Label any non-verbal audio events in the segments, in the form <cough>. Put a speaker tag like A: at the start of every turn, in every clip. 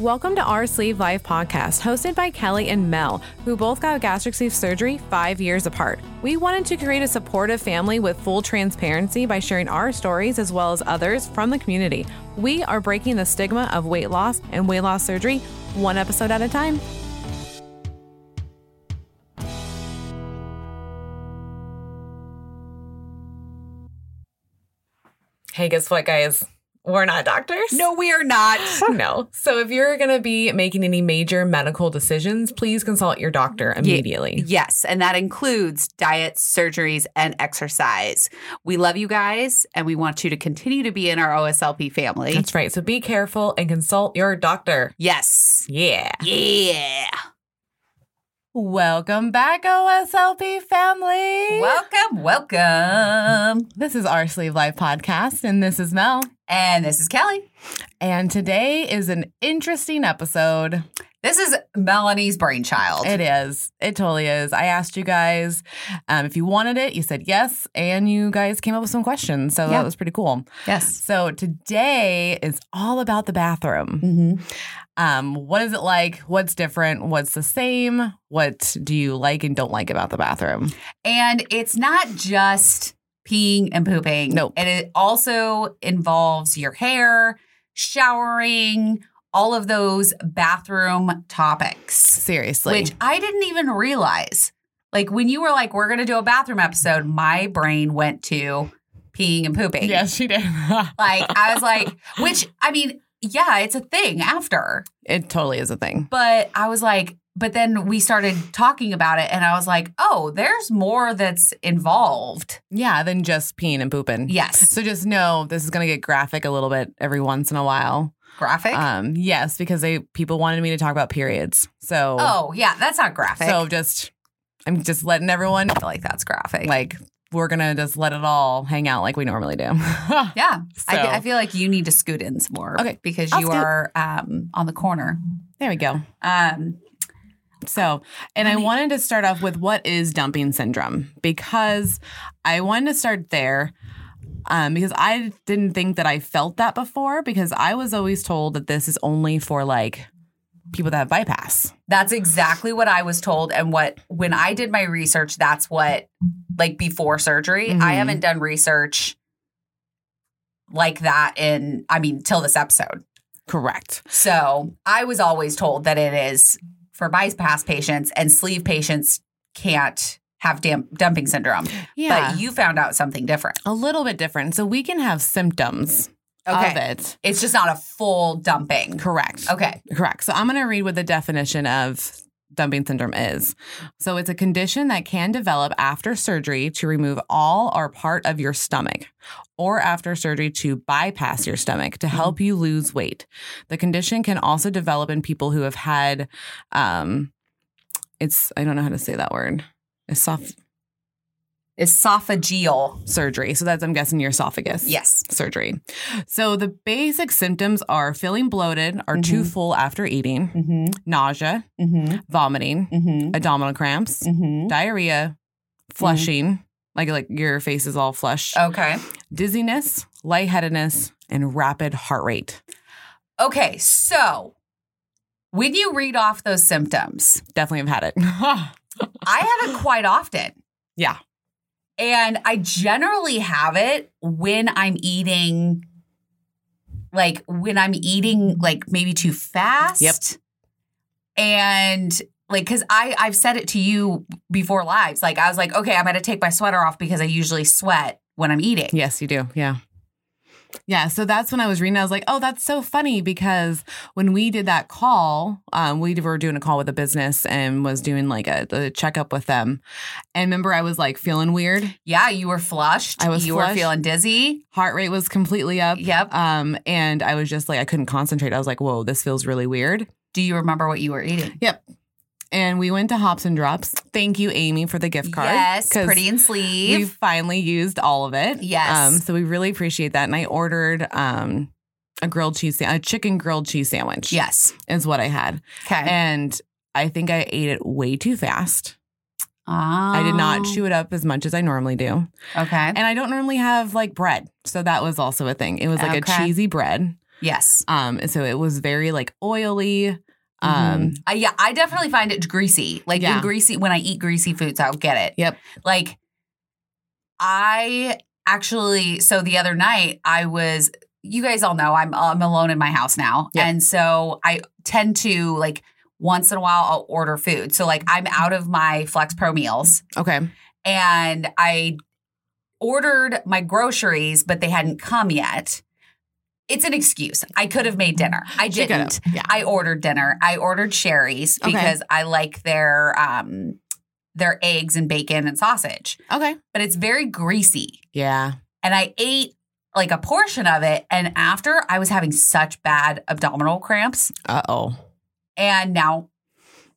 A: Welcome to our Sleeve Life podcast, hosted by Kelly and Mel, who both got gastric sleeve surgery five years apart. We wanted to create a supportive family with full transparency by sharing our stories as well as others from the community. We are breaking the stigma of weight loss and weight loss surgery one episode at a time. Hey, guess what, guys? We're not doctors.
B: No, we are not.
A: No. So if you're going to be making any major medical decisions, please consult your doctor immediately.
B: Yes, and that includes diets, surgeries, and exercise. We love you guys, and we want you to continue to be in our OSLP family.
A: That's right. So be careful and consult your doctor.
B: yes.
A: Yeah.
B: Yeah.
A: Welcome back, OSLP family.
B: Welcome, welcome.
A: this is our Sleeve Life podcast, and this is Mel.
B: And this is Kelly.
A: And today is an interesting episode.
B: This is Melanie's brainchild.
A: It is. It totally is. I asked you guys um, if you wanted it. You said yes, and you guys came up with some questions. So
B: Yeah.
A: that was pretty cool.
B: yes.
A: So today is all about the bathroom.
B: Mm-hmm.
A: Um, what is it like? What's different? What's the same? What do you like and don't like about the bathroom?
B: And it's not just peeing and pooping.
A: Nope.
B: And it also involves your hair, showering, all of those bathroom topics.
A: Seriously.
B: Which I didn't even realize. Like when you were like, we're going to do a bathroom episode, my brain went to peeing and
A: <laughs>
B: pooping.
A: yes, she did. <laughs>
B: Like I was like, <laughs> which I mean, yeah, it's a thing after.
A: it totally is a thing.
B: But I was like, but then we started talking about it and I was like, oh, there's more that's involved.
A: Yeah, than just peeing and pooping.
B: Yes.
A: So just know this is going to get graphic a little bit every once in a while.
B: Graphic.
A: Um, yes, because they people wanted me to talk about periods. So
B: oh, yeah, that's not graphic.
A: so just I'm just letting everyone
B: I feel like that's graphic.
A: like we're gonna just let it all hang out like we normally do. <laughs>
B: yeah. I,
A: So-
B: I feel like you need to scoot in some more
A: Okay,
B: because
A: I'll
B: you
A: scoot.
B: are um, on the corner.
A: there we go.
B: Um,
A: So, and I
B: Let me-
A: wanted to start off with what is dumping syndrome because I wanted to start there um, because I didn't think that I felt that before because I was always told that this is only for like people that have bypass.
B: That's exactly what I was told. And what, when I did my research, that's what, like before surgery,
A: Mhm.
B: I haven't done research like that in, I mean, till this episode.
A: Correct.
B: So I was always told that it is for bypass patients and sleeve patients can't have damp- dumping syndrome. But you found out something different.
A: a little bit different. So we can have symptoms of it.
B: It's just not a full dumping.
A: Correct.
B: Okay.
A: Correct. So I'm going to read what the definition of dumping syndrome is. So it's a condition that can develop after surgery to remove all or part of your stomach or after surgery to bypass your stomach to help you lose weight. The condition can also develop in people who have had um it's I don't know how to say that word. Esoph
B: Esophageal.
A: surgery. So that's I'm guessing your esophagus.
B: Yes.
A: Surgery. So the basic symptoms are feeling bloated or too full after eating,
B: Mm-hmm.
A: nausea,
B: Mm-hmm.
A: vomiting,
B: Mm-hmm.
A: abdominal cramps,
B: Mm-hmm.
A: diarrhea, flushing, like like your face is all flush,
B: Okay.
A: dizziness, lightheadedness, and rapid heart rate.
B: Okay, so when you read off those symptoms,
A: Definitely have had it. <laughs>
B: I have it quite often.
A: Yeah.
B: And I generally have it when I'm eating, like when I'm eating, like maybe too fast.
A: Yep.
B: And like, cause I, I've said it to you before lives. Like, I was like, okay, I'm gonna take my sweater off because I usually sweat when I'm eating.
A: Yes, you do. Yeah. Yeah. So that's when I was reading. I was like, oh, that's so funny because when we did that call, um, we were doing a call with a business and was doing like a, a checkup with them. And remember, I was like feeling weird.
B: Yeah, you were flushed.
A: I was
B: you were
A: flushed.
B: feeling dizzy.
A: Heart rate was completely up.
B: Yep.
A: Um, and I was just like, I couldn't concentrate. I was like, whoa, this feels really weird.
B: Do you remember what you were eating?
A: And we went to Hops and Drops. Thank you, Amy, for the gift card.
B: Yes,
A: 'cause
B: pretty and
A: We
B: sleeve.
A: finally used all of it.
B: Yes.
A: Um, so we really appreciate that. And I ordered um, a grilled cheese, sa- a chicken grilled cheese sandwich.
B: Yes.
A: is what I had.
B: Okay.
A: And I think I ate it way too fast. I did
B: Oh.
A: not chew it up as much as I normally do.
B: Okay.
A: And I don't normally have like bread. So that was also a thing. It was like
B: Okay.
A: a cheesy bread.
B: Yes.
A: Um, and so it was very like oily. Um,
B: Mhm. I, yeah, I definitely find it greasy. Like
A: Yeah.
B: in greasy when I eat greasy foods, I'll get it.
A: Yep.
B: Like I actually so the other night I was you guys all know I'm I'm alone in my house now.
A: Yep.
B: And so I tend to like once in a while I'll order food. So like I'm out of my Flex Pro meals
A: Okay.
B: and I ordered my groceries but they hadn't come yet. It's an excuse. I could have made dinner. I
A: She got
B: didn't.
A: it. Yeah.
B: I ordered dinner. I ordered Sherry's
A: Okay.
B: because I like their um their eggs and bacon and sausage.
A: Okay.
B: But it's very greasy.
A: Yeah.
B: And I ate like a portion of it and after I was having such bad abdominal cramps
A: Uh oh.
B: and now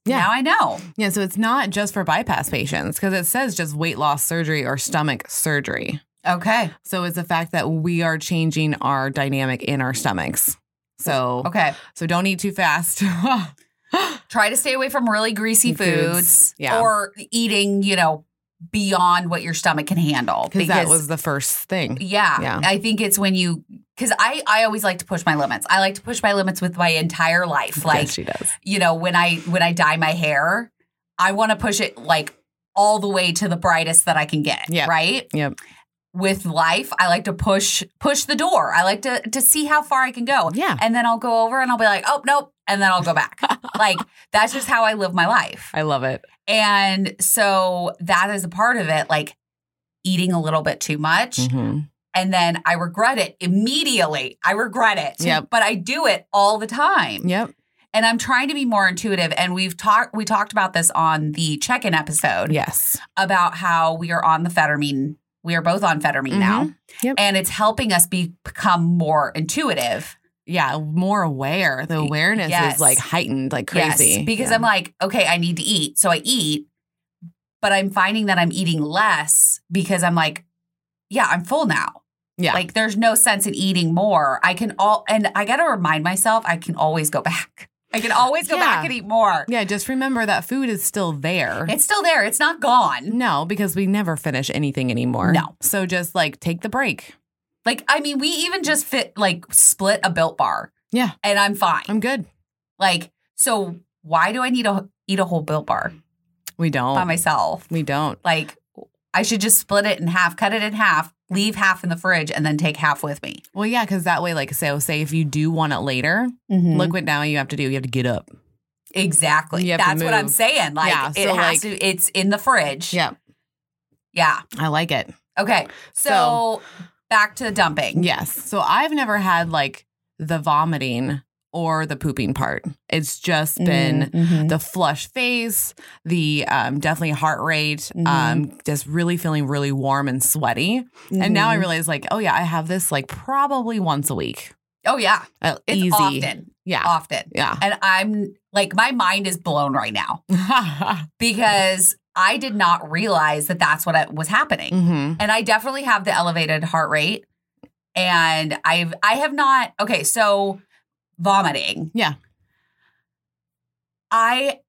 A: Yeah.
B: now I know.
A: Yeah. So it's not just for bypass patients because it says just weight loss surgery or stomach surgery.
B: Okay.
A: So it's the fact that we are changing our dynamic in our stomachs. So
B: Okay.
A: so don't eat too fast. <laughs>
B: Try to stay away from really greasy
A: Foods.
B: foods,
A: Yeah.
B: or eating, you know, beyond what your stomach can handle
A: because that was the first thing.
B: Yeah,
A: Yeah.
B: I think it's when you because I I always like to push my limits. I like to push my limits with my entire life. Like
A: yes, she does.
B: you know when I when I dye my hair, I want to push it like all the way to the brightest that I can get.
A: Yeah.
B: Right.
A: Yep.
B: With life, I like to push push the door. I like to to see how far I can go.
A: Yeah.
B: And then I'll go over and I'll be like, oh nope, and then I'll
A: <laughs>
B: go back. like that's just how I live my life.
A: I love it.
B: And so that is a part of it. Like eating a little bit too much
A: Mhm.
B: and then I regret it immediately. I regret it.
A: Yep.
B: But I do it all the time.
A: Yep.
B: And I'm trying to be more intuitive. And we've talked we talked about this on the check-in episode
A: Yes.
B: about how we are on the Fettermine. We are both on Fettermine now.
A: Mm-hmm. Yep.
B: And it's helping us be, become more intuitive.
A: Yeah. More aware. The awareness
B: Yes.
A: is like heightened, like crazy.
B: Yes. Because
A: Yeah.
B: I'm like, okay, I need to eat. So I eat. But I'm finding that I'm eating less because I'm like, yeah, I'm full now.
A: yeah.
B: Like there's no sense in eating more. I can all and I got to remind myself I can always go back. I can always go
A: Yeah.
B: back and eat more.
A: yeah. Just remember that food is still there.
B: It's still there. It's not gone.
A: no, because we never finish anything anymore.
B: No.
A: So just like take the break.
B: Like I mean, we even just fit like split a built bar.
A: Yeah.
B: And I'm fine.
A: I'm good.
B: like so why do I need to eat a whole built bar
A: We don't.
B: by myself?
A: we don't.
B: Like I should just split it in half, cut it in half, leave half in the fridge and then take half with me.
A: Well, yeah, because that way, like, so say if you do want it later, look what now you have to do. You have to get up.
B: Exactly.
A: You have to
B: That's what I'm
A: move.
B: saying. Like
A: Yeah,
B: it
A: so,
B: has
A: like-
B: to it's in the fridge.
A: Yeah,
B: Yeah.
A: I like it.
B: Okay. So,
A: So-
B: back to the dumping.
A: Yes. So I've never had like the vomiting or the pooping part. It's just been the flush face, the um, definitely heart rate, um, just really feeling really warm and sweaty. And now
B: Mm-hmm.
A: I realize, like, oh yeah, I have this like probably once a week.
B: Oh yeah.
A: Uh,
B: It's
A: easy.
B: often.
A: Yeah.
B: Often.
A: Yeah. <laughs>
B: And I'm like my mind is blown right now
A: Mm-hmm.
B: because I did not realize that that's what I- was happening.
A: hmm
B: And I definitely have the elevated heart rate and I've I have not Okay, so vomiting.
A: Yeah.
B: I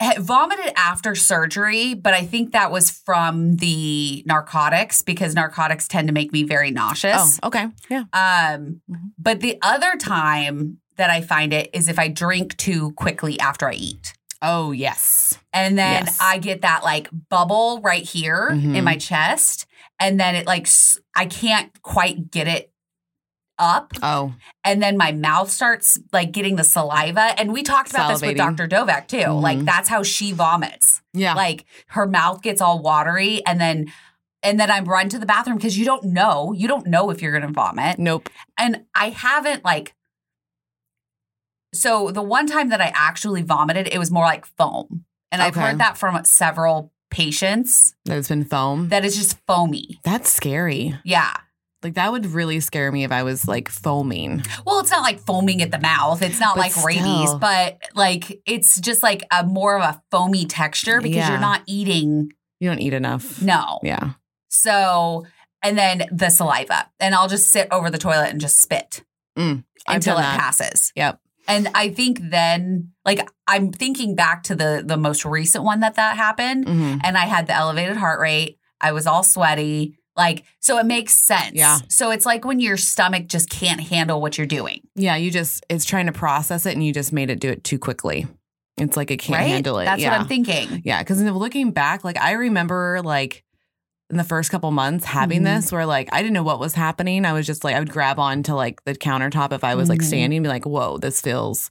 B: had vomited after surgery, but I think that was from the narcotics because narcotics tend to make me very nauseous.
A: Oh, okay. Yeah.
B: Um,
A: Mhm.
B: but the other time that I find it is if I drink too quickly after I eat.
A: Oh, yes.
B: And then
A: Yes.
B: I get that like bubble right here
A: Mhm.
B: in my chest. And then it like, s- I can't quite get it up.
A: Oh,
B: And then my mouth starts like getting the saliva. And we talked about this with
A: Salivating.
B: Dr. Dovak too.
A: Mhm.
B: Like, that's how she vomits.
A: yeah.
B: Like, her mouth gets all watery. And then, and then I run to the bathroom because you don't know. You don't know if you're going to vomit
A: nope.
B: and I haven't like so the one time that I actually vomited, it was more like foam. And I've
A: Okay.
B: heard that from several patients
A: That it's been foam.
B: that it's just foamy.
A: That's scary.
B: Yeah.
A: Like that would really scare me if I was like foaming.
B: Well, it's not like foaming at the mouth. It's not
A: But
B: like rabies,
A: still.
B: but like it's just like a more of a foamy texture because
A: Yeah.
B: you're not eating
A: You don't eat enough.
B: no.
A: Yeah.
B: So and then the saliva. And I'll just sit over the toilet and just spit
A: Mm. I've
B: until it
A: done that.
B: passes.
A: Yep.
B: And I think then, like, I'm thinking back to the the most recent one that that happened,
A: hmm
B: and I had the elevated heart rate. I was all sweaty. Like, so it makes sense.
A: Yeah.
B: So it's like when your stomach just can't handle what you're doing.
A: Yeah, you just it's trying to process it, and you just made it do it too quickly. It's like it can't
B: right?
A: handle it.
B: That's
A: yeah.
B: what I'm thinking.
A: Yeah, because looking back, like I remember, like in the first couple months having
B: Mhm.
A: this, where like I didn't know what was happening. I was just like I would grab onto like the countertop if I was like
B: Mhm.
A: standing, and be like, "Whoa, this feels."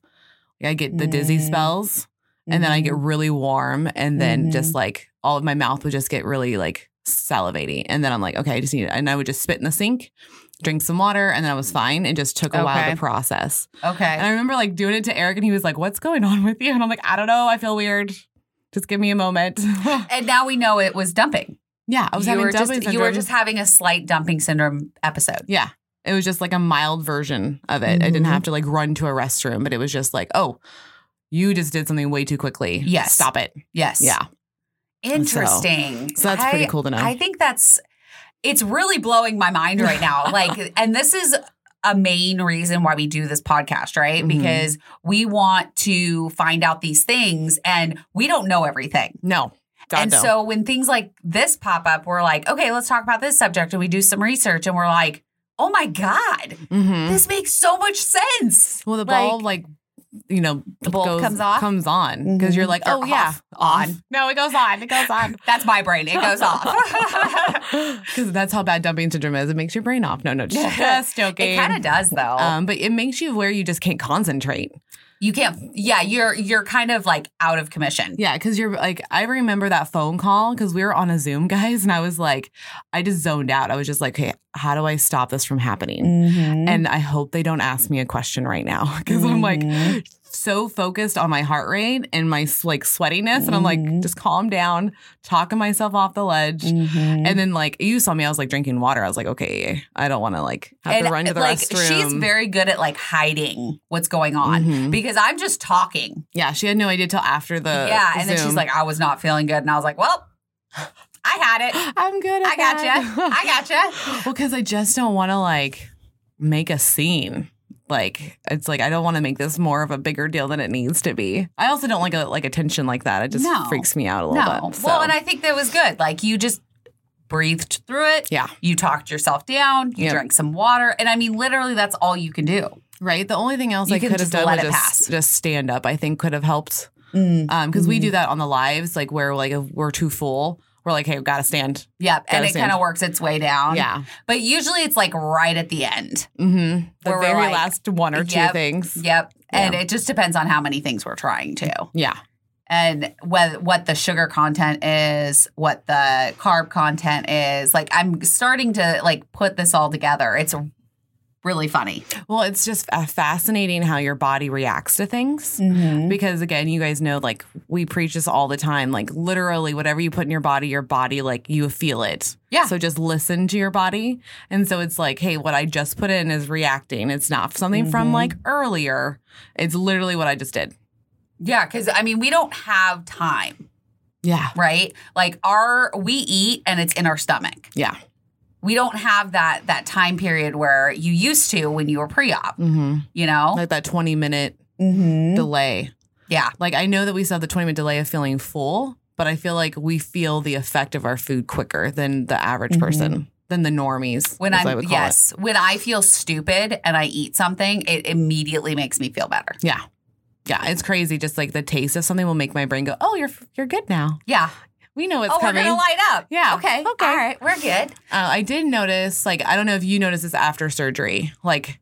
A: Like, I get the dizzy
B: Mm.
A: spells, and then I
B: Mm-hmm.
A: get really warm, and then just like all of my mouth would just get really like salivaty, and then I'm like, okay, I just need, and I would just spit in the sink, drink some water, and then I was fine. It just took a while
B: Okay.
A: to process.
B: Mm-hmm. Okay.
A: And I remember like doing it to Eric, and he was like, "What's going on with you?" And I'm like, "I don't know. I feel weird. Just give me a moment." <laughs>
B: and now we know it was dumping.
A: yeah, I was
B: you
A: having
B: were
A: dumping
B: just,
A: syndrome.
B: You were just having a slight dumping syndrome episode.
A: yeah. It was just like a mild version of it. I didn't
B: Mhm.
A: have to like run to a restroom, but it was just like, oh, you just did something way too quickly.
B: Yes.
A: Stop it.
B: Yes.
A: Yeah.
B: Interesting.
A: So that's pretty
B: I-
A: cool to know.
B: I think that's it's really blowing my mind
A: <laughs>
B: right now. like and this is a main reason why we do this podcast, right?
A: Mhm.
B: Because we want to find out these things and we don't know everything.
A: no. God,
B: and
A: no.
B: so when things like this pop up, we're like, okay, let's talk about this subject and we do some research and we're like, oh my God,
A: Mhm.
B: this makes so much sense.
A: Well, the bulb,
B: like-
A: like, you know,
B: The bulb comes off?
A: Comes on because you're
B: Mhm.
A: like,
B: Or
A: oh yeah,
B: off. On.
A: <laughs> No, it goes on. It goes on.
B: <laughs> That's my brain. It goes
A: <laughs>
B: off. <laughs>
A: Because that's how bad dumping syndrome is. It makes your brain off. No, no, just, <laughs> just joking.
B: it kind of does though.
A: Um, but it makes you where you just can't concentrate.
B: you can't yeah, you're you're kind of like out of commission.
A: Yeah, because you're like, I remember that phone call because we were on a Zoom, guys, and I was like, I just zoned out. I was just like, hey, how do I stop this from happening?
B: Mm-hmm.
A: And I hope they don't ask me a question right now <laughs> because I'm
B: Mm-hmm.
A: like so focused on my heart rate and my like sweatiness. And I'm like,
B: Mhm.
A: just calm down, talking myself off the ledge.
B: Mm-hmm.
A: And then like you saw me, I was like drinking water. I was like, okay, I don't want to like have to run to the
B: like
A: restroom.
B: she's very good at like hiding what's going on
A: Mhm.
B: because I'm just talking.
A: yeah, she had no idea till after the
B: yeah, and then she's
A: Uh, Zoom.
B: like, I was not feeling good, and I was like, well, I
A: <gasps>
B: had it.
A: <gasps> I'm good. At
B: I gotcha.
A: that. <laughs>
B: I gotcha.
A: Well, because I just don't want to like make a scene. Like it's like I don't want to make this more of a bigger deal than it needs to be. I also don't like a, like attention like that. It just
B: No.
A: freaks me out a little
B: No,
A: bit. So.
B: well, and I think that was good. Like you just breathed through it.
A: yeah,
B: You talked yourself down. You
A: Yeah.
B: drank some water, and I mean, literally, that's all you can do.
A: right. The only thing else
B: You
A: I
B: can
A: could have
B: just
A: done
B: let
A: was
B: it pass.
A: just, just stand up. I think could have helped because we do that on the lives, like where like if we're too full, we're like, hey, we gotta stand.
B: Yep, and
A: Gotta
B: it kind of
A: stand.
B: works its way down.
A: Yeah,
B: but usually it's like right at the end.
A: mm-hmm. the
B: Where we're
A: very
B: like,
A: last one or two
B: yep,
A: things.
B: Yep, and
A: Yeah.
B: it just depends on how many things we're trying to.
A: Yeah,
B: and what what the sugar content is, what the carb content is. Like I'm starting to like put this all together. It's really funny.
A: Well, it's just uh, fascinating how your body reacts to things.
B: Mm-hmm.
A: Because again, you guys know, like we preach this all the time. Like literally, whatever you put in your body, your body, like you feel it.
B: Yeah.
A: So just listen to your body. And so it's like, hey, what I just put in is reacting. It's not something from
B: Mhm.
A: like earlier. It's literally what I just did.
B: Yeah, cuz I mean, we don't have time,
A: Yeah.
B: right? Like our we eat and it's in our stomach.
A: Yeah.
B: We don't have that that time period where you used to when you were pre-op,
A: Mm-hmm.
B: you know?
A: Like that 20 minute
B: Oh. Mm-hmm.
A: delay.
B: Yeah.
A: Like I know that we saw the 20 minute delay of feeling full, but I feel like we feel the effect of our food quicker than the average
B: Mhm.
A: person, than the normies.
B: When
A: as
B: I'm
A: I would call it.
B: yes, when I feel stupid and I eat something, it immediately makes me feel better.
A: Yeah. Yeah, it's crazy. Just like the taste of something will make my brain go, "Oh, you're you're good now.
B: Yeah.
A: We know it's
B: oh,
A: coming."
B: we're gonna light up.
A: Yeah.
B: Okay.
A: Okay.
B: All right. We're good.
A: uh, I did notice, like, I don't know if you noticed this after surgery. Like,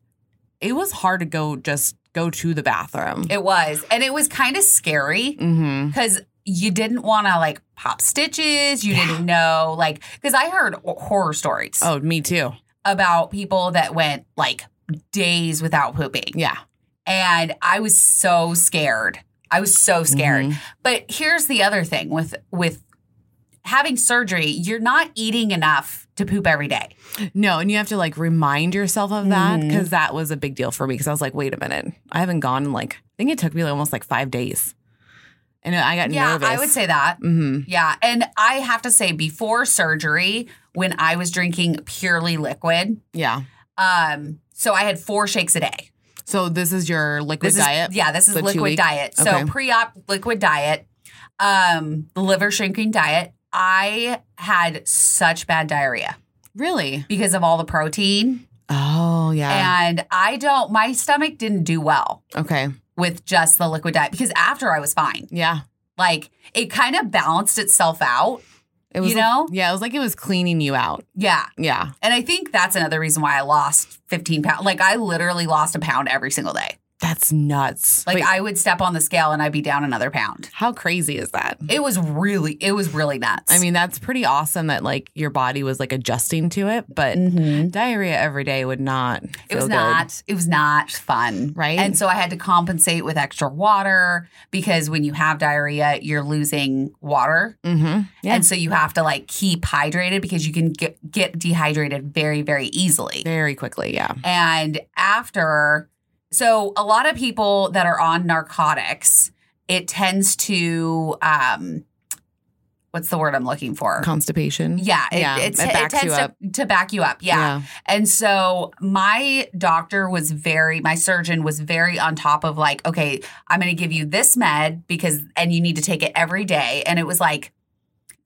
A: it was hard to go just go to the bathroom.
B: It was, and it was kind of scary
A: mm-hmm.
B: because you didn't want to like pop stitches. You
A: Yeah.
B: didn't know, like, because I heard o- horror stories
A: Oh, me too.
B: about people that went like days without pooping,
A: Yeah.
B: and I was so scared. I was so scared.
A: Mhm.
B: But here's the other thing with with having surgery, you're not eating enough to poop every day.
A: No, and you have to like remind yourself of that
B: Mhm.
A: because that was a big deal for me because I was like, wait a minute, I haven't gone in like I think it took me like, almost like five days, and I got
B: yeah,
A: nervous.
B: I would say that.
A: Mm-hmm.
B: Yeah. And I have to say, before surgery, when I was drinking purely liquid,
A: Yeah.
B: um, so I had four shakes a day.
A: So this is your liquid
B: This
A: diet.
B: Is, yeah, this is
A: The two
B: liquid
A: week-
B: diet. So
A: okay.
B: pre-op liquid diet, um, the liver shrinking diet. I had such bad diarrhea.
A: Really?
B: because of all the protein.
A: Oh, yeah.
B: And I don't, my stomach didn't do well
A: okay.
B: with just the liquid diet because after I was fine.
A: Yeah.
B: Like it kind of balanced itself out.
A: It was
B: You know?
A: Yeah, it was like it was cleaning you out.
B: Yeah.
A: Yeah.
B: And I think that's another reason why I lost 15 pounds. Like I literally lost a pound every single day.
A: That's nuts.
B: Like
A: Wait,
B: I would step on the scale and I'd be down another pound.
A: how crazy is that?
B: It was really, it was really nuts.
A: I mean, that's pretty awesome that like your body was like adjusting to it, but diarrhea every day would not.
B: it
A: mm-hmm. feel
B: was
A: good.
B: not, it was not fun.
A: Right?
B: And so I had to compensate with extra water because when you have diarrhea, you're losing water.
A: Mm-hmm. Yeah.
B: And so you have to like keep hydrated because you can get, get dehydrated very, very easily.
A: Very quickly. Yeah.
B: And after, so a lot of people that are on narcotics, it tends to, um, what's the word I'm looking for?
A: Constipation.
B: yeah, it,
A: Yeah,
B: it's,
A: it
B: it,
A: backs
B: tends
A: you
B: to,
A: up.
B: to back you up. yeah. And so my doctor was very, my surgeon was very on top of like, okay, I'm going to give you this med because, and you need to take it every day. And it was like,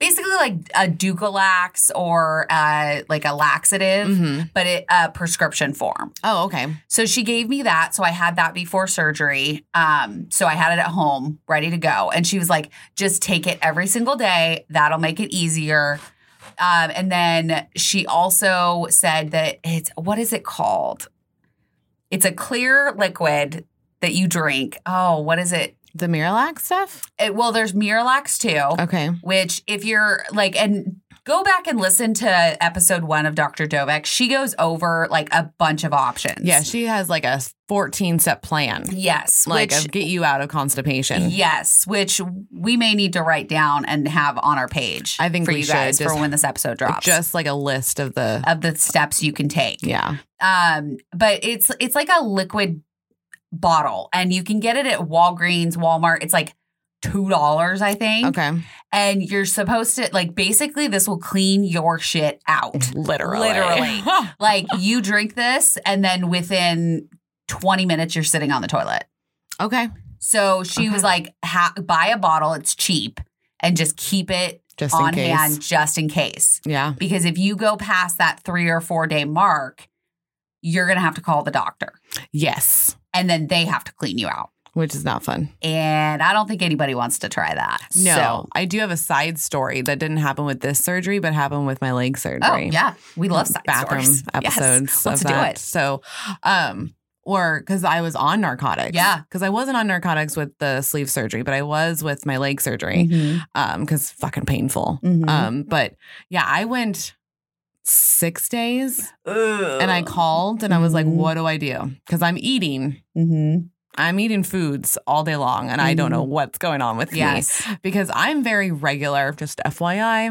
B: basically like a Ducalax or uh, like a laxative,
A: Mhm.
B: but it, a prescription form.
A: Oh, okay.
B: So she gave me that. So I had that before surgery. Um, so I had it at home ready to go. And she was like, just take it every single day. That'll make it easier. Um, and then she also said that it's what is it called? It's a clear liquid that you drink. Oh, what is it?
A: The Miralax stuff.
B: it well, there's Miralax too,
A: Okay.
B: which if you're like, and go back and listen to episode one of Dr. Dovek, she goes over like a bunch of options.
A: Yeah, she has like a 14 step plan,
B: Yes.
A: like
B: which,
A: of get you out of constipation.
B: Yes, which we may need to write down and have on our page.
A: I think
B: for
A: we
B: you guys
A: should
B: for
A: just-
B: when this episode drops
A: Just like a list of the.
B: of the steps you can take.
A: Yeah.
B: Um, but it's it's like a liquid bottle, and you can get it at Walgreens, Walmart. It's like two dollars, I think.
A: Okay.
B: And you're supposed to like basically this will clean your shit out.
A: Literally. <laughs>
B: Literally. like you drink this, and then within twenty minutes you're sitting on the toilet.
A: <gasps> okay.
B: So she
A: Okay.
B: was like, ha- buy a bottle, it's cheap, and just keep it
A: Just in
B: on
A: case.
B: hand just in case.
A: Yeah.
B: Because if you go past that three or four day mark, you're going to have to call the doctor
A: Yes.
B: and then they have to clean you out.
A: Which is not fun.
B: And I don't think anybody wants to try that.
A: No,
B: So-
A: I do have a side story that didn't happen with this surgery, but happened with my leg surgery.
B: Oh, yeah. We love side
A: bathroom
B: stories. Yes.
A: episodes of
B: Let's do
A: that.
B: it.
A: So, um, or because I was on narcotics.
B: Yeah.
A: because I wasn't on narcotics with the sleeve surgery, but I was with my leg surgery.
B: Mhm.
A: Um, because fucking painful.
B: Mhm.
A: Um, but yeah, I went six days and I called and I was like,
B: Mhm.
A: what do I do? Because I'm eating.
B: Mhm.
A: I'm eating foods all day long and I don't know what's going on with me
B: Mm. Yes.
A: because I'm very regular, just FYI.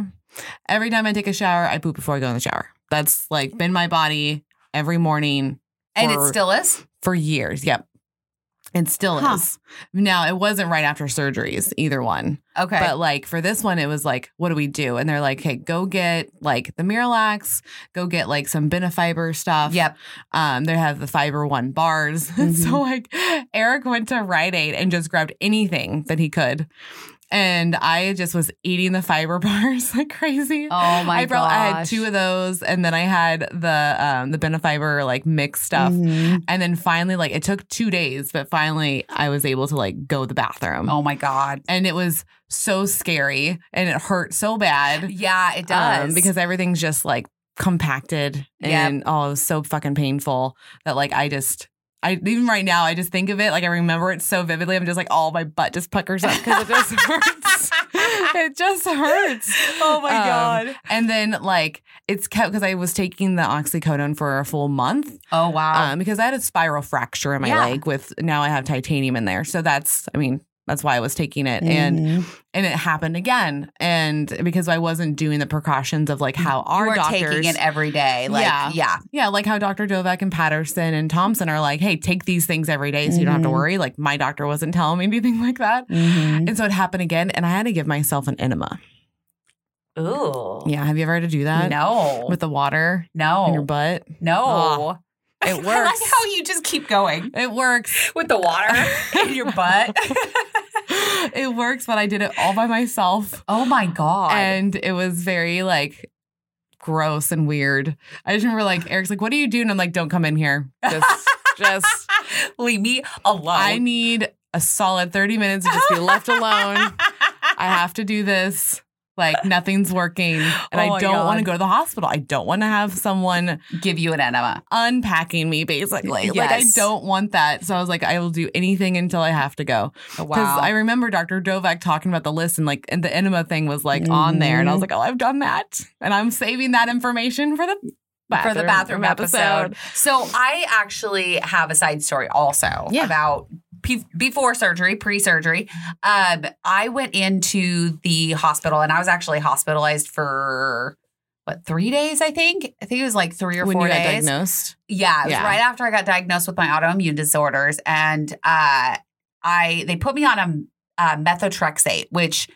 A: Every time I take a shower, I poop before I go in the shower. That's like been my body every morning
B: And it
A: For-
B: still is.
A: for years. Yep. It still
B: Huh.
A: is. Now, it wasn't right after surgeries, either one.
B: Okay.
A: But like for this one, it was like, what do we do? And they're like, hey, go get like the Miralax, go get like some Benefiber stuff.
B: yep.
A: Um, they have the Fiber One bars. <laughs> And
B: Mm-hmm.
A: so like Eric went to Rite Aid and just grabbed anything that he could. And I just was eating the fiber <laughs> bars like crazy.
B: Oh, my
A: I brought I had
B: gosh.
A: two of those and then I had the um the Benefiber like mixed stuff. Um,
B: Mhm.
A: And then finally like it took 2 days, but finally I was able to like go to the bathroom.
B: Oh, my God.
A: And it was so scary and it hurt so bad.
B: Yeah,
A: <laughs>
B: it
A: Um,
B: does.
A: because everything's just like compacted
B: Yep.
A: and oh, it was so fucking painful that like I just. I, even right now, I just think of it like I remember it so vividly. I'm just like, oh, my butt just puckers up because it just
B: <laughs>
A: hurts. it just hurts.
B: oh, my
A: Um,
B: God.
A: And then like it's kept because I was taking the oxycodone for a full month
B: Oh, wow.
A: um, because I had a spiral fracture in my
B: Yeah.
A: leg. With now I have titanium in there, so that's I mean that's why I was taking it. And
B: Mm-hmm.
A: and it happened again and because i wasn't doing the precautions of like how our
B: you are
A: doctors
B: taking it e-, every day. Like,
A: Yeah.
B: yeah.
A: yeah like how dr dovek and patterson and thompson are like hey take these things every day so you don't have to
B: Mhm.
A: worry like my doctor wasn't telling me anything like that
B: Mm-hmm.
A: and so it happened again and i had to give myself an enema
B: Ooh.
A: yeah have you ever had to do that
B: no.
A: with the water in your
B: no. <laughs>
A: butt
B: No.
A: Oh, it
B: I like
A: works.
B: how you just keep going
A: it works
B: with the water <laughs> in your butt.
A: <laughs> it works but i did it all by myself
B: oh my God.
A: and it was very like gross and weird. I just remember like Eric's like, "What do you do?" And I'm like, "Don't come in here. <laughs> Just, just
B: Leave me alone.
A: I need a solid 30 minutes to just be left <laughs> alone. I have to do this. Like nothing's working, and
B: Oh
A: I
B: my
A: don't
B: God.
A: want to go to the hospital. I don't want to have someone
B: <laughs> give you an enema.
A: unpacking me, basically. Like I
B: Yes.
A: don't want that. So I was like, I will do anything until I have to go. Because I remember Dr. Dovak talking about the list and like and the enema thing was like on there. And I was like, oh, I've done that. And I'm saving that information for the bathroom,
B: for the bathroom episode. So I actually have a side story also
A: Yeah.
B: about pe- before surgery, pre-surgery. Um, I went into the hospital and I was actually hospitalized for what three days? I think I think it was like three or
A: When
B: four
A: you got
B: days.
A: diagnosed.
B: Yeah, it was
A: Yeah.
B: right after I got diagnosed with my autoimmune disorders, and uh, I they put me on a, a methotrexate, which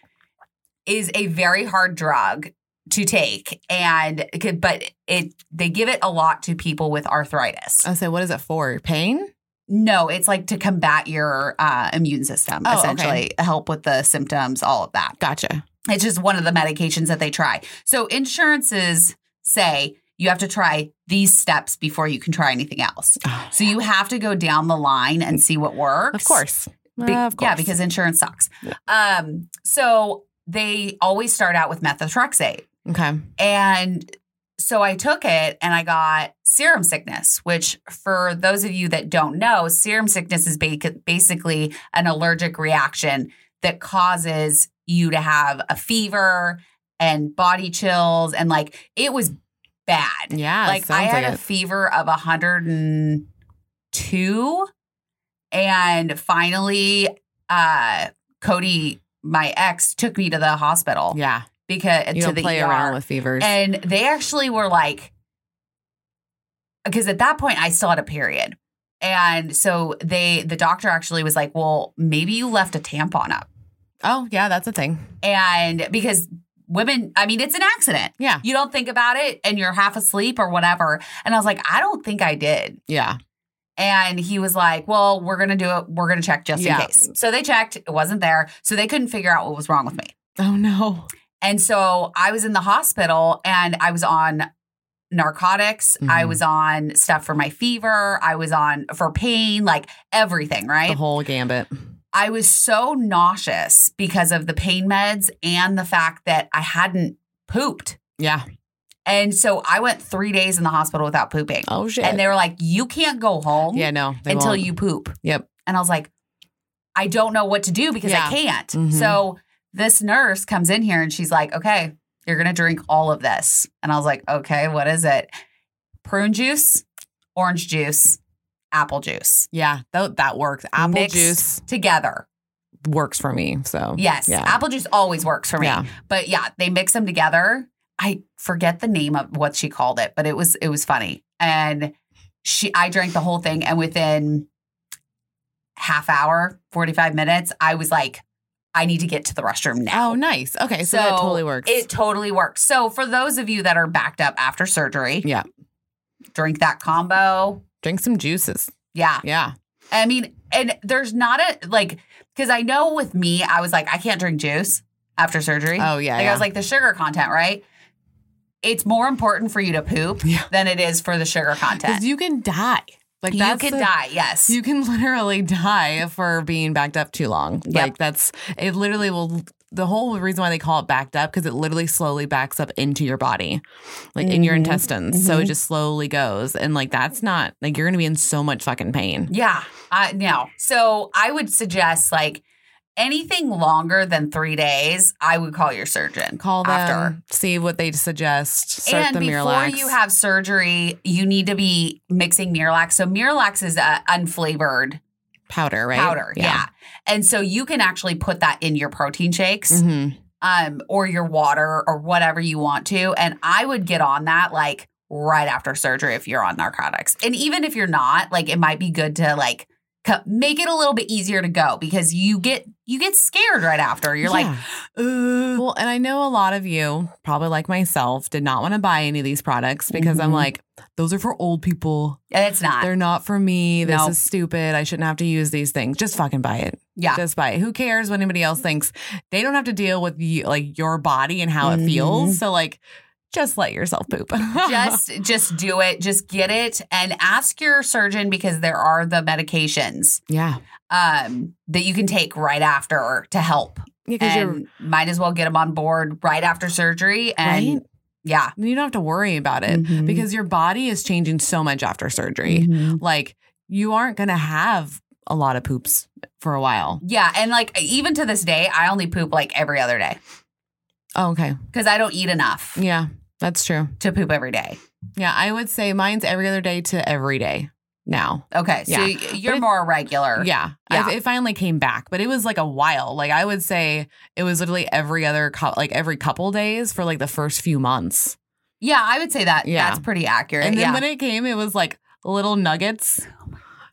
B: is a very hard drug to take, and it could, but it they give it a lot to people with arthritis.
A: I say, what is it for? Pain?
B: No, it's like to combat your uh, immune system,
A: Oh, okay.
B: essentially help with the symptoms, all of that.
A: Gotcha.
B: It's just one of the medications that they try. So insurances say you have to try these steps before you can try anything
A: <sighs>
B: else. So you have to go down the line and see what works.
A: Oh, Of course.
B: Be-
A: Uh, of course.
B: Yeah, because insurance sucks. Um, so they always start out with methotrexate.
A: Okay.
B: And so I took it and I got serum sickness, which for those of you that don't know, serum sickness is ba- basically an allergic reaction that causes you to have a fever and body chills. And like it was bad.
A: Yeah. it
B: like I
A: sounds
B: had a
A: it.
B: fever of 102 and finally uh Cody my ex took me to the hospital
A: yeah.
B: because
A: You
B: to
A: don't
B: the
A: play
B: ER.
A: around with fevers.
B: And they actually were like, because at that point I still had a period. And so they, the doctor actually was like, well, maybe you left a tampon up.
A: oh, yeah, that's a thing.
B: And because women, I mean, it's an accident.
A: Yeah.
B: You don't think about it and you're half asleep or whatever. And I was like, I don't think I did.
A: Yeah.
B: And he was like, well, we're going to do it. We're going to check just
A: Yeah.
B: in case. So they checked. It wasn't there. So they couldn't figure out what was wrong with me.
A: Oh no.
B: And so I was in the hospital and I was on narcotics. I
A: Mhm.
B: was on stuff for my fever. I was on for pain, like everything,
A: The
B: right?
A: whole gambit.
B: I was so nauseous because of the pain meds and the fact that I hadn't pooped.
A: Yeah.
B: And so I went three days in the hospital without pooping.
A: Oh shit.
B: And they were like, you can't go home
A: yeah, no. they
B: until
A: won't.
B: you poop.
A: Yep.
B: And I was like, I don't know what to do because
A: Yeah.
B: I can't.
A: Mhm.
B: So this nurse comes in here and she's like, okay, you're going to drink all of this. And I was like, okay, what is it? Prune juice, orange juice, apple juice
A: Yeah, that that works. Apple
B: Mixed.
A: juice
B: together.
A: works for me. So
B: Yes.
A: Yeah.
B: Apple juice always works for me.
A: Yeah.
B: But yeah, they mix them together. I forget the name of what she called it, but it was it was funny. And she I drank the whole thing and within half hour, 45 minutes, I was like I need to get to the restroom now.
A: Oh, nice. Okay, so, that totally works.
B: It totally works. So for those of you that are backed up after surgery,
A: Yeah.
B: Drink that combo.
A: Drink some juices.
B: Yeah.
A: Yeah.
B: I mean, and there's not a like because I know with me, I was like, I can't drink juice after surgery.
A: Oh yeah.
B: Like
A: yeah.
B: I was like the sugar content, right? It's more important for you to poop
A: Yeah.
B: than it is for the sugar
A: 'Cause
B: content.
A: you can die. Like
B: You,
A: that's
B: can
A: the-
B: die, yes.
A: You can <laughs> literally die for being backed up too long.
B: Yep.
A: Like that's it. Literally will. The whole reason why they call it backed up because it literally slowly backs up into your body, like in your
B: Mhm.
A: intestines. So it
B: Mhm.
A: just slowly goes, and like that's not like you're gonna be in so much fucking pain.
B: yeah. I no. So I would suggest like anything longer than three days, I would call your surgeon.
A: Call them,
B: After.
A: see what they suggest. Start
B: and
A: the
B: before
A: Miralax.
B: you have surgery, you need to be mixing Miralax. So Miralax is a unflavored
A: powder, right?
B: powder. Yeah. And so you can actually put that in your protein shakes.
A: hmm
B: um, or your water or whatever you want to. And I would get on that like right after surgery if you're on narcotics. And even if you're not, like it might be good to like co- make it a little bit easier to go because you get you get scared right after. You're like,
A: Ooh. Well, and I know a lot of you, probably like myself, did not want to buy any of these products because I'm
B: Mhm.
A: like, those are for old people.
B: and it's not.
A: They're not for me. This
B: No.
A: is stupid. I shouldn't have to use these things. Just fucking buy it.
B: Yeah.
A: Just buy it. Who cares what anybody else thinks? They don't have to deal with you, like your body and how it
B: Mhm.
A: feels. So like just let yourself poop. <laughs>
B: just just do it. Just get it and ask your surgeon because there are the medications
A: yeah.
B: um, that you can take right after to help.
A: Because you're
B: And might as well get them on board right after surgery. And
A: right. Mm-hmm.
B: yeah,
A: You don't have to worry about it
B: Mhm.
A: because your body is changing so much after surgery. Like you aren't going to have a lot of poops for a while.
B: yeah, and like even to this day, I only poop like every other day
A: Oh, okay.
B: because I don't eat enough
A: Yeah. That's true.
B: to poop every day.
A: Yeah, I would say mine's every other day to every day now.
B: Okay, so
A: Yeah.
B: y- you're
A: it-
B: more regular.
A: Yeah.
B: Yeah.
A: I, it finally came back, but it was like a while. Like I would say it was literally every other cou- like every couple days for like the first few months.
B: yeah, I would say that.
A: Yeah.
B: that's pretty accurate.
A: And then
B: yeah. Oh
A: when it came, it was like little nuggets.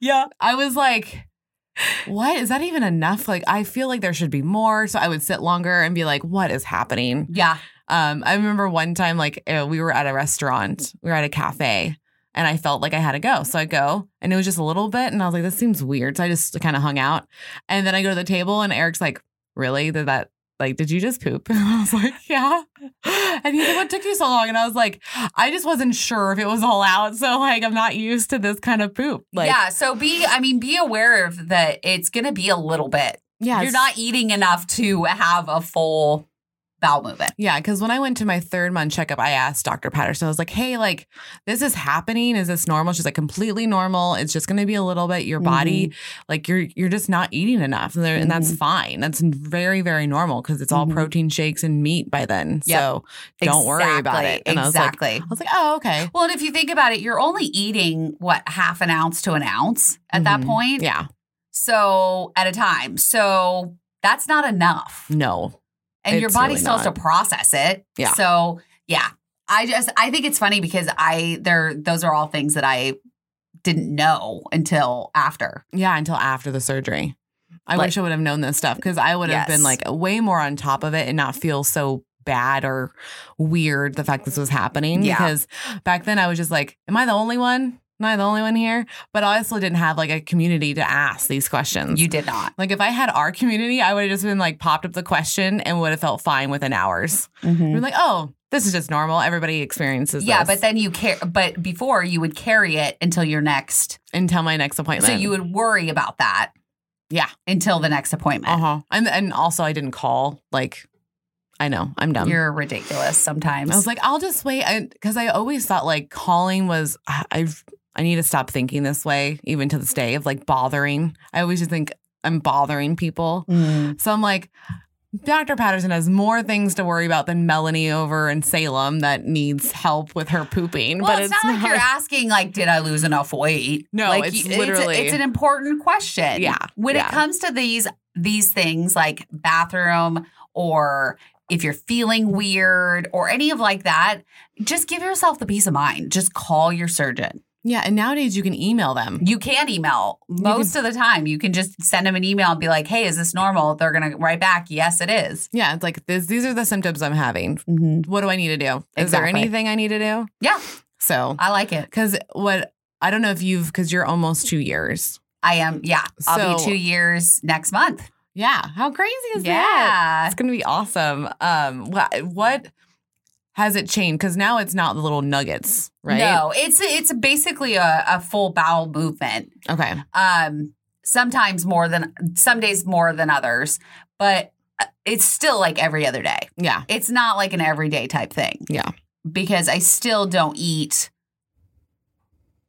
A: Yeah. I was like what is that even enough? Like I feel like there should be more, so I would sit longer and be like what is happening?
B: yeah,
A: Um, I remember one time, like uh, we were at a restaurant, we were at a cafe, and I felt like I had to go, so I go, and it was just a little bit, and I was like, "This seems weird," so I just kind of hung out, and then I go to the table, and Eric's like, "Really? Did that?" Like, did you just poop? <laughs> And I was like, yeah. And he's like, what took you so long? And I was like, I just wasn't sure if it was all out. So, like, I'm not used to this kind of poop. Like,
B: yeah. So be, I mean, be aware of that. It's gonna be a little bit.
A: yeah
B: You're
A: it's-
B: not eating enough to have a full bowel movement.
A: Yeah, because when I went to my third month checkup, I asked Dr. Patterson, I was like, hey, like, this is happening. Is this normal? She's like, completely normal. It's just gonna be a little bit your body,
B: Mm-hmm.
A: like you're you're just not eating enough. And, there- and that's fine. That's very, very normal because it's all
B: Mhm.
A: protein shakes and meat by then.
B: Yep.
A: So don't worry about it.
B: Exactly,
A: And
B: exactly.
A: I was like, I was like, oh, okay.
B: well, and if you think about it, you're only eating what half an ounce to an ounce at that
A: Mhm.
B: point.
A: Yeah.
B: So at a time. So that's not enough.
A: No.
B: And your
A: It's
B: body
A: really
B: still has to
A: not.
B: process it.
A: Yeah.
B: So yeah. I just I think it's funny because I there those are all things that I didn't know until after.
A: Yeah, until after the surgery. I
B: Like-
A: wish I would have known this stuff because I would have
B: Yes.
A: been like way more on top of it and not feel so bad or weird the fact this was happening.
B: Yeah.
A: Because back then I was just like, Am I the only one? Am I the only one here? But I also didn't have like a community to ask these questions.
B: You did not.
A: like if I had our community, I would have just been like popped up the question and would have felt fine within hours. We're like, oh, this is just normal. Everybody experiences
B: Mm. Yeah,
A: this
B: but then you care but before you would carry it until your next
A: until my next appointment.
B: so you would worry about that.
A: Yeah.
B: Until the next appointment.
A: uh huh. And and also I didn't call. Like, I know I'm dumb.
B: You're ridiculous sometimes.
A: I was like, I'll just wait because I always thought like calling was I I've- I need to stop thinking this way even to this day of like bothering. I always just think I'm bothering people.
B: Mm.
A: So I'm like, Dr. Patterson has more things to worry about than Melanie over in Salem that needs help with her pooping.
B: well,
A: but
B: it's, not, like
A: <laughs>
B: you're asking, like, did I lose enough weight?
A: No,
B: like,
A: it's
B: you-
A: literally-
B: it's, an important question.
A: Yeah,
B: When it
A: yeah.
B: comes to these these things like bathroom or if you're feeling weird or any of like that, just give yourself the peace of mind. Just call your surgeon.
A: yeah, and nowadays you can email them.
B: You can email most of the time. You can just send them an email and be like, "Hey, is this normal?" They're gonna write back, "Yes, it is."
A: Yeah, it's like this, these are the symptoms I'm having. What do I need to do? Is there
B: Exactly.
A: anything I need to do?
B: Yeah.
A: So,
B: I like it.
A: because what I don't know if you've because you're almost two years.
B: I am. Yeah, I'll be
A: So-
B: two years next month.
A: Yeah. How crazy is that?
B: Yeah.
A: It's going to be awesome. Um, what, what has it changed? Because now it's not the little nuggets, right?
B: No, it's it's basically a, a full bowel movement.
A: Okay.
B: Um, sometimes more than some days more than others, but uh, it's still like every other day.
A: Yeah.
B: It's not like an everyday type thing.
A: Yeah.
B: because I still don't eat.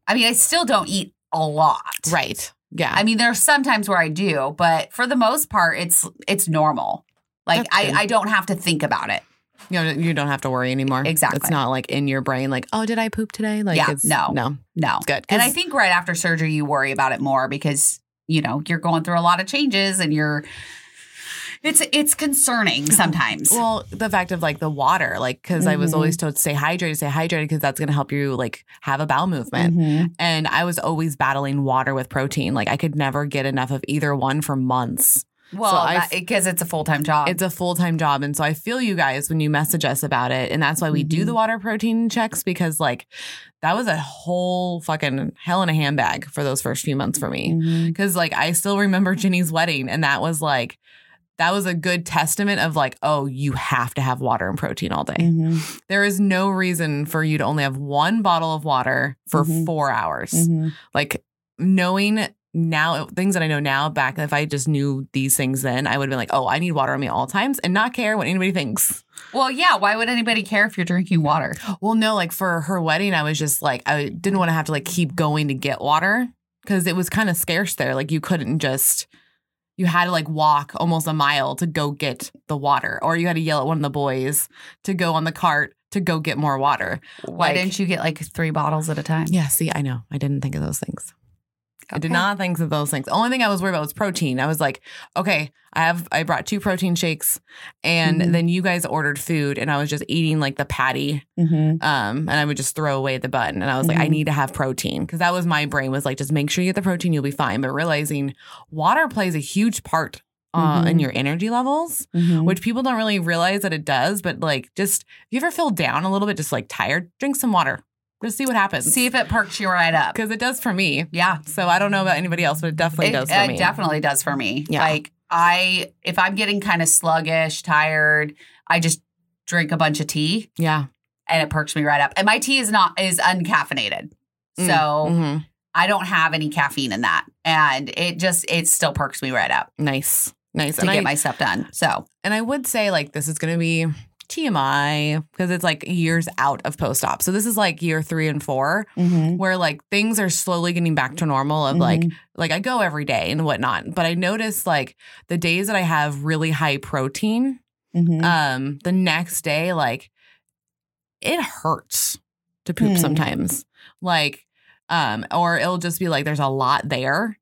B: I mean, I still don't eat a lot.
A: Right. Yeah.
B: I mean, there are some times where I do, but for the most part, it's it's normal. Like
A: That's
B: I,
A: good.
B: I don't have to think about it.
A: you, know, you don't have to worry anymore.
B: Exactly.
A: It's not like in your brain, like, oh, did I poop today? Like,
B: Yeah,
A: it's,
B: no.
A: No.
B: No.
A: It's good.
B: And I
A: 'Cause-
B: think right after surgery, you worry about it more because you know you're going through a lot of changes, and you're it's
A: <laughs>
B: it's concerning sometimes.
A: well, the fact of like the water, like, because I was
B: Mhm.
A: always told to stay hydrated, stay hydrated, because that's going to help you like have a bowel movement. And I was always battling water with protein. Like, I could never get enough of either one for months. So I
B: well,
A: f-
B: because it's a full time job.
A: it's a full-time job and so i feel you guys when you message us about it and that's why we do
B: Mhm.
A: the water protein checks because like that was a whole fucking hell in a
B: Mm-hmm.
A: Mm-hmm, handbag for those first few months for me because like i still remember ginny's wedding and that was like that was a good testament of like, oh, you have to have water and protein all day.
B: Mm-hmm.
A: There is no reason for you to only have one bottle of water for
B: Mhm.
A: four hours. Like knowing now things that I know now back if I just knew these things then, I would have been like, oh, I need water on me at all times and not care what anybody thinks.
B: Well, yeah. Why would anybody care if you're drinking water?
A: <gasps> Well, no, like for her wedding, I was just like, I didn't want to have to like keep going to get water because it was kind of scarce there. Like you couldn't just, you had to like walk almost a mile to go get the water, or you had to yell at one of the boys to go on the cart to go get more water.
B: Why
A: Like-
B: didn't you get like three bottles at a time?
A: Yeah, see, I know. I didn't think of those things. I did
B: Okay.
A: not think of those things. The only thing I was worried about was protein. I was like, okay, I have I brought two protein shakes and
B: Mhm.
A: then you guys ordered food and I was just eating like the patty um, and I would just throw away the bun. And I was like, I
B: Mhm.
A: need to have protein because that was my brain was like, just make sure you get the protein, you'll be fine. But realizing water plays a huge part uh, in
B: Mhm.
A: your energy levels,
B: Mm-hmm.
A: which people don't really realize that it does. But like, just if you ever feel down a little bit, just like tired, drink some water, just see what happens.
B: See if it perks you right up.
A: because it does for me.
B: Yeah.
A: So I don't know about anybody else, but it definitely does for
B: it uh,
A: me.
B: definitely does for me.
A: Yeah.
B: Like I, if I'm getting kind of sluggish, tired, I just drink a bunch of tea
A: yeah.
B: and it perks me right up. And my tea is not is uncaffeinated, so
A: Mm. hmm
B: I don't have any caffeine in that, and it just it still perks me right up
A: Nice. Nice.
B: to
A: And
B: get
A: I,
B: my stuff done. So
A: and I would say like this is going to be TMI because it's like years out of post op. So this is like year three and four where like things are slowly getting back to normal of like
B: Mm-hmm.
A: like I go every day and whatnot. But I notice like the days that I have really high protein,
B: Mm-hmm.
A: um, the next day like it hurts to poop
B: Hmm.
A: sometimes. Like um, or it'll just be like there's a lot there.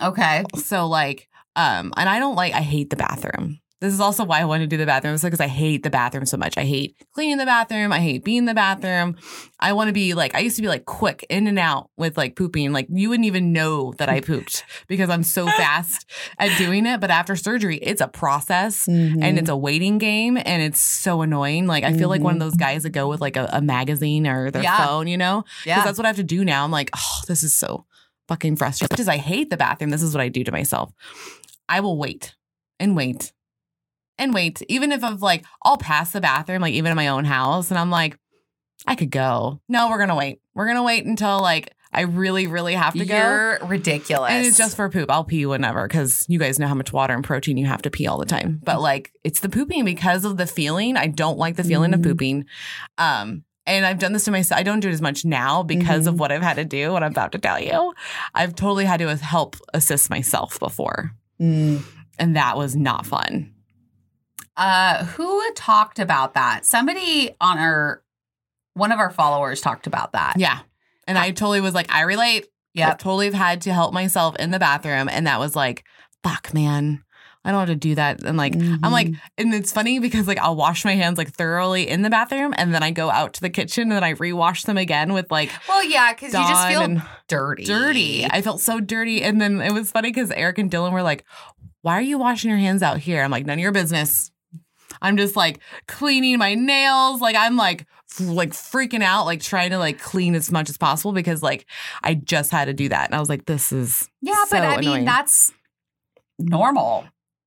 B: uh, okay,
A: So like, um, and I don't like. I hate the bathroom. This is also why I want to do the bathroom. It's because I hate the bathroom so much. I hate cleaning the bathroom. I hate being in the bathroom. I want to be like I used to be like quick in and out with like pooping. Like you wouldn't even know that I pooped because I'm so fast at doing it. But after surgery, it's a process
B: Mm-hmm.
A: and it's a waiting game and it's so annoying. Like I feel like one of those guys that go with like a, a magazine or their
B: Yeah.
A: phone, you know? Because
B: yeah,
A: that's what I have to do now. I'm like, oh, this is so fucking frustrating. Because I hate the bathroom. This is what I do to myself. I will wait and wait and wait. Even if I'm like, I'll pass the bathroom, like even in my own house, and I'm like, I could go. No, we're gonna wait. We're gonna wait until like I really, really have to go.
B: you're ridiculous.
A: And it's just for poop. I'll pee whenever because you guys know how much water and protein you have to pee all the time. But like, it's the pooping because of the feeling. I don't like the feeling
B: Mhm.
A: of pooping. Um, and I've done this to myself. I don't do it as much now because of what I've had to do. What I'm about to tell you, I've totally had to help assist myself before,
B: Mm.
A: and that was not fun.
B: Uh, who talked about that? Somebody on our one of our followers talked about that.
A: Yeah, and I totally was like, I relate.
B: Yep.
A: I totally have had to help myself in the bathroom, and that was like, fuck, man. I don't have to do that. And like, I'm like,
B: Mm-hmm.
A: And it's funny because like I'll wash my hands like thoroughly in the bathroom and then I go out to the kitchen and then I rewash them again with like
B: well, yeah, because you just
A: Mm-hmm. Dawn
B: feel
A: and
B: dirty,
A: dirty. I felt so dirty. And then it was funny because Eric and Dylan were like, Why are you washing your hands out here? I'm like, none of your business. I'm just like cleaning my nails. Like I'm like f- like freaking out, like trying to like clean as much as possible because like I just had to do that. And I was like, this is
B: Yeah,
A: so
B: but I mean
A: annoying.
B: that's normal.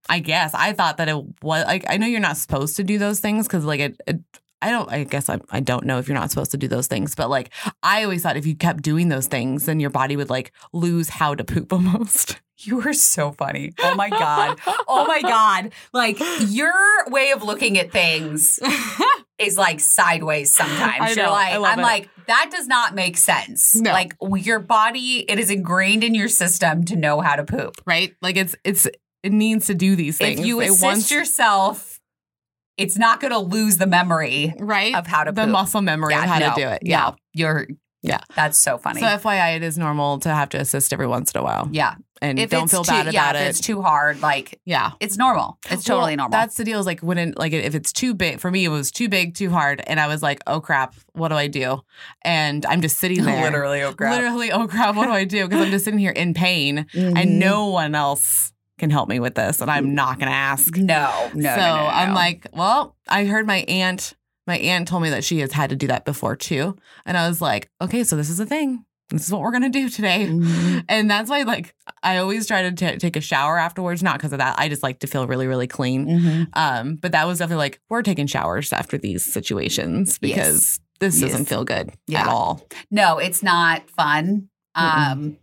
A: I guess I thought that it was like I know you're not supposed to do those things because like it, it I don't I guess I, I don't know if you're not supposed to do those things but like I always thought if you kept doing those things then your body would like lose how to poop <laughs> almost.
B: You were so funny. Oh my god. Oh my god. Like your way of looking at things
A: <laughs>
B: is like sideways sometimes.
A: I
B: You're
A: know.
B: like
A: I love
B: I'm
A: it.
B: like that does not make sense.
A: No.
B: Like your body it is ingrained in your system to know how to poop.
A: right? Like it's it's it needs to do these things.
B: If you
A: it
B: assist
A: wants-
B: yourself, it's not going to lose the memory
A: right
B: of how to
A: the
B: poop.
A: muscle memory of how
B: no,
A: to do it.
B: no.
A: Yeah.
B: you're.
A: Yeah.
B: that's so funny.
A: So FYI, it is normal to have to assist every once in a while,
B: yeah,
A: and
B: if
A: don't
B: it's
A: feel
B: too,
A: bad
B: yeah,
A: about
B: if
A: it.
B: it's too hard, like
A: yeah.
B: it's normal. It's totally
A: Well,
B: normal.
A: That's the deal. Is like when it, like if it's too big for me, it was too big, too hard, and I was like, oh crap, what do I do? And I'm just
B: <laughs>
A: sitting there,
B: oh
A: literally, oh crap, what do I do? Because I'm just sitting here in pain,
B: Mm-hmm.
A: and no one else can help me with this, and I'm not gonna <laughs> ask.
B: No, no, no,
A: so
B: no, no,
A: I'm
B: no.
A: like, well, I heard my aunt. My aunt told me that she has had to do that before too, and I was like, okay, so this is a thing. this is what we're gonna do today.
B: Mhm.
A: And that's why, like, I always try to ta take a shower afterwards, not because of that. I just like to feel really, really clean.
B: Mhm.
A: Um, but that was definitely like, we're taking showers after these situations because this
B: Yes.
A: doesn't feel good at
B: Yeah.
A: all.
B: No, it's not fun.
A: Mm-mm.
B: Um,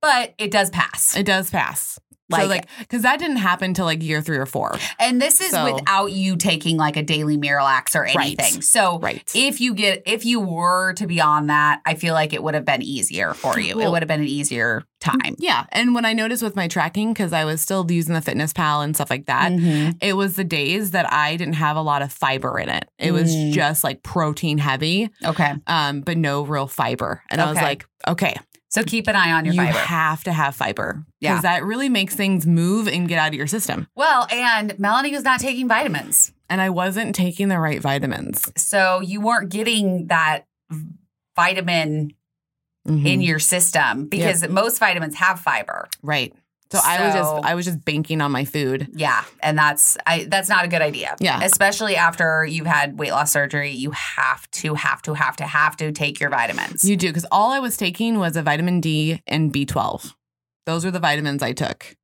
B: but it does pass.
A: It does pass. so,
B: Like-
A: like, because that didn't happen till like year three or four.
B: And this is
A: So-
B: without you taking like a daily Miralax or
A: Right.
B: anything. So
A: Right.
B: if you get if you were to be on that, I feel like it would have been easier for you. it
A: Well-
B: would have been an easier time.
A: yeah. And when I noticed with my tracking, because I was still using the Fitness Pal and stuff like
B: Mm.
A: that, it was the days that I didn't have a lot of fiber in it. It was
B: Mm.
A: just like protein heavy,
B: Okay.
A: um, but no real fiber. And I was
B: Okay.
A: like, okay,
B: So keep an eye on your
A: you
B: fiber.
A: have to have fiber because
B: Yeah.
A: that really makes things move and get out of your system.
B: well, and Melanie was not taking vitamins.
A: And I wasn't taking the right vitamins.
B: So you weren't getting that vitamin
A: Mm-hmm.
B: in your system because most vitamins have fiber.
A: right. So, I was
B: So-
A: just I was just banking on my food.
B: Yeah, and that's I that's not a good idea.
A: Yeah.
B: Especially after you've had weight loss surgery, you have to have to have to have to take your vitamins.
A: You do because all I was taking was a vitamin D and B12. Those were the vitamins I took.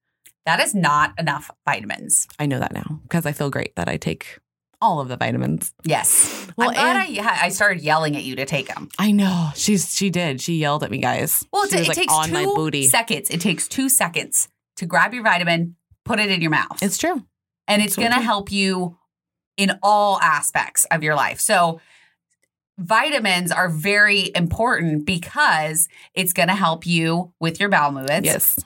B: that is not enough vitamins.
A: I know that now because I feel great that I take all of the vitamins.
B: Yes.
A: Well,
B: I'm glad
A: and-
B: I, yeah, I started yelling at you to take them.
A: I know she's she did. She yelled at me, guys.
B: Well,
A: she
B: it, it takes
A: on
B: two
A: my booty.
B: seconds. It takes two seconds to grab your vitamin, put it in your mouth.
A: it's true.
B: and it's
A: So
B: going to
A: true.
B: help you in all aspects of your life. So, vitamins are very important because it's going to help you with your bowel movements.
A: yes.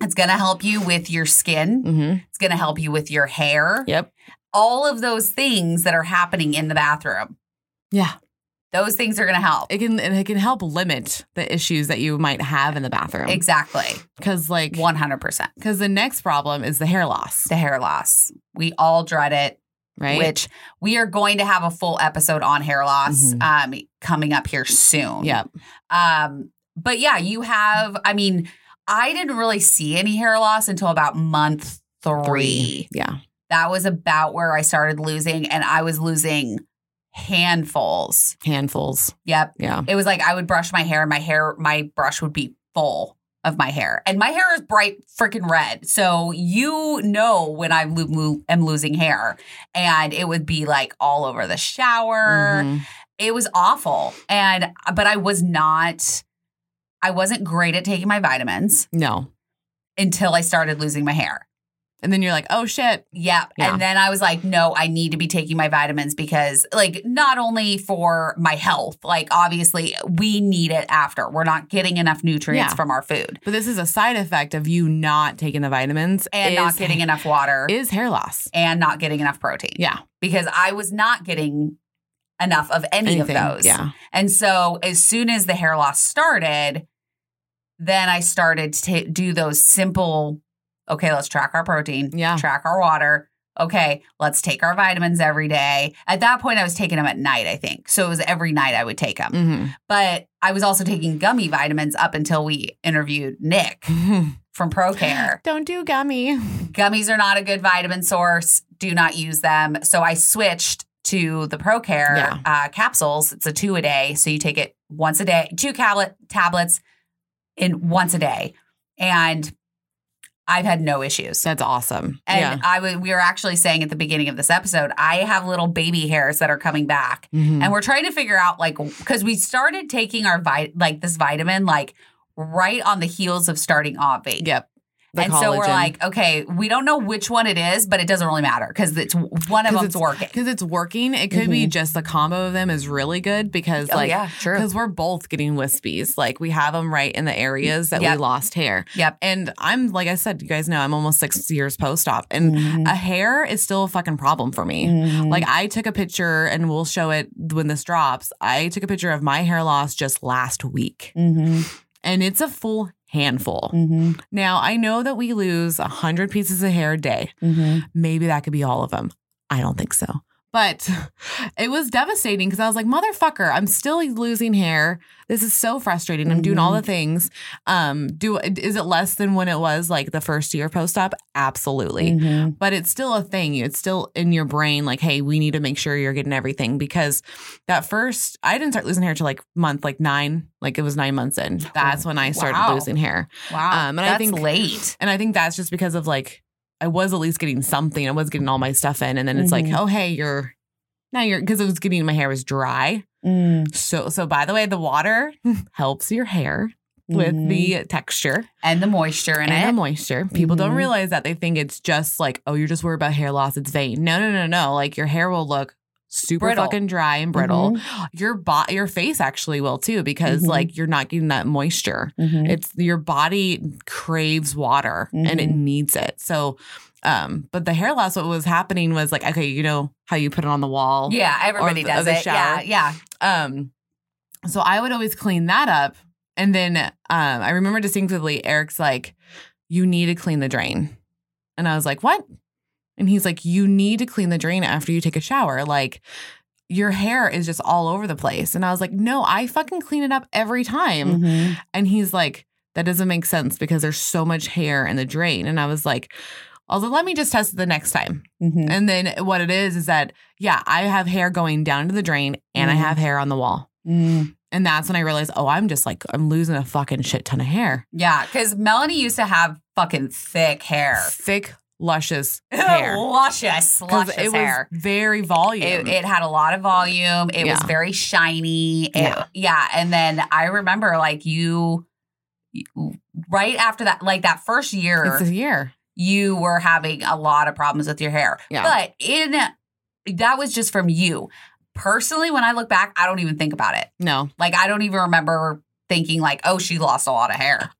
B: It's going to help you with your skin.
A: Mm-hmm.
B: It's going to help you with your hair.
A: Yep.
B: All of those things that are happening in the bathroom,
A: Yeah.
B: those things are going to help.
A: It can and it can help limit the issues that you might have in the bathroom.
B: Exactly.
A: Because like
B: 100%.
A: because the next problem is the hair loss,
B: The hair loss. We all dread it,
A: right?
B: which we are going to have a full episode on hair loss
A: Mm-hmm.
B: um, coming up here soon.
A: yeah,
B: Um, but yeah, you have, I mean, I didn't really see any hair loss until about month three.
A: yeah,
B: That was about where I started losing, and I was losing handfuls.
A: handfuls,
B: Yep.
A: yeah,
B: It was like I would brush my hair, and my hair, my brush would be full of my hair. And my hair is bright freaking red. So you know when I lo- lo- am losing hair. And it would be like all over the shower
A: Mhm.
B: it was awful and but i was not i wasn't great at taking my vitamins
A: no.
B: until i started losing my hair
A: And then you're like, oh shit,
B: yep
A: Yeah.
B: and then i was like no i need to be taking my vitamins because like not only for my health like obviously we need it after we're not getting enough nutrients
A: Yeah.
B: from our food
A: but this is a side effect of you not taking the vitamins
B: and
A: is,
B: not getting enough water
A: is hair loss.
B: and not getting enough protein
A: Yeah,
B: because i was not getting enough of any
A: anything.
B: of those
A: Yeah,
B: And so as soon as the hair loss started, then I started to ta- do those simple okay, let's track our protein,
A: Yeah.
B: track our water. Okay, let's take our vitamins every day. At that point, I was taking them at night, I think. So it was every night I would take
A: <laughs>
B: them.
A: Mhm.
B: But I was also taking gummy vitamins up until we interviewed Nick from ProCare.
A: don't do gummy.
B: Gummies are not a good vitamin source. Do not use them. So I switched to the ProCare
A: Yeah.
B: uh, capsules. It's a two a day. So you take it once a day, two tablet tablets in once a day. And I've had no issues.
A: That's awesome.
B: And
A: yeah.
B: I was we were actually saying at the beginning of this episode, I have little baby hairs that are coming back.
A: Mhm.
B: And we're trying to figure out like because we started taking our vit- like this vitamin like right on the heels of starting Obvi
A: yep. The
B: and so we're
A: collagen.
B: like, okay, we don't know which one it is, but it doesn't really matter because it's one of
A: 'Cause <laughs>
B: them's working.
A: because it's working. It could
B: Mm-hmm.
A: be just the combo of them is really good because like
B: true.
A: because we're both getting wispies. Like we have them right in the areas that
B: Yep.
A: we lost hair.
B: Yep.
A: And I'm like I said, you guys know I'm almost six years post op, and a hair is still a fucking problem for me.
B: Mm-hmm.
A: Like I took a picture, and we'll show it when this drops. I took a picture of my hair loss just last week, and it's a full handful.
B: Mm-hmm.
A: Now I know that we Mm-hmm. lose hundred pieces of hair a day. Maybe that could be all of them. I don't think so. But <laughs> it was devastating because I was like, motherfucker, I'm still losing hair. This is so frustrating. I'm doing all the things. Um, do is it less than when it was like the first year post op? Absolutely.
B: Mm-hmm.
A: But it's still a thing. It's still in your brain, like, hey, we need to make sure you're getting everything because that first I didn't start losing hair till like month, like nine, like it was nine months in. That's when I started
B: Wow.
A: losing hair.
B: Wow.
A: Um, and I
B: That's
A: think-
B: late.
A: And I think that's just because of like I was at least getting something. I was getting all my stuff in. And then it's
B: Mhm.
A: like, oh hey, you're now you're because it was getting my hair was dry.
B: Mm-hmm.
A: So so by the way, the water <laughs> helps your hair with the texture
B: and the moisture in
A: and the
B: it.
A: moisture. People don't
B: Mhm.
A: realize that. They think it's just like, oh, you're just worried about hair loss. It's vain. No, no, no, no. Like your hair will look super
B: Brittle. Mm-hmm.
A: fucking dry and brittle. Your bo- your face actually will too because
B: Mhm.
A: like you're not getting that moisture.
B: Mm-hmm.
A: It's your body craves water and it
B: Mhm.
A: needs it. So, um, but the hair loss, what was happening was like, okay, you know how you put it on the wall.
B: yeah, everybody
A: the-
B: does
A: of the
B: it. Yeah,
A: shower.
B: yeah.
A: Um, so I would always clean that up. And then um, I remember distinctively Eric's like, you need to clean the drain. And I was like, what? And he's like, you need to clean the drain after you take a shower. Like, your hair is just all over the place. And I was like, no, I fucking clean it up every time.
B: Mm-hmm.
A: And he's like, that doesn't make sense because there's so much hair in the drain. And I was like, although let me just test it the next time. And then what it is is that, yeah, I have hair going down to the drain and
B: Mhm.
A: I have hair on the wall.
B: Mm-hmm.
A: And that's when I realized, oh, I'm just like, I'm losing a fucking shit ton of hair.
B: Yeah, because Melanie used to have fucking thick hair.
A: Thick,
B: <laughs>
A: luscious hair.
B: luscious,
A: Because
B: luscious
A: it
B: hair.
A: was very volume.
B: It, it had a lot of volume. It was
A: Yeah.
B: very shiny. It- yeah.
A: Yeah.
B: And then I remember like you, you- right after that, like that first year,
A: it's a year.
B: you were having a lot of problems with your hair.
A: Yeah.
B: But in that was just from you. Personally, when I look back, I don't even think about it.
A: No.
B: Like I don't even remember thinking like, oh, she lost a lot
A: <laughs>
B: of hair.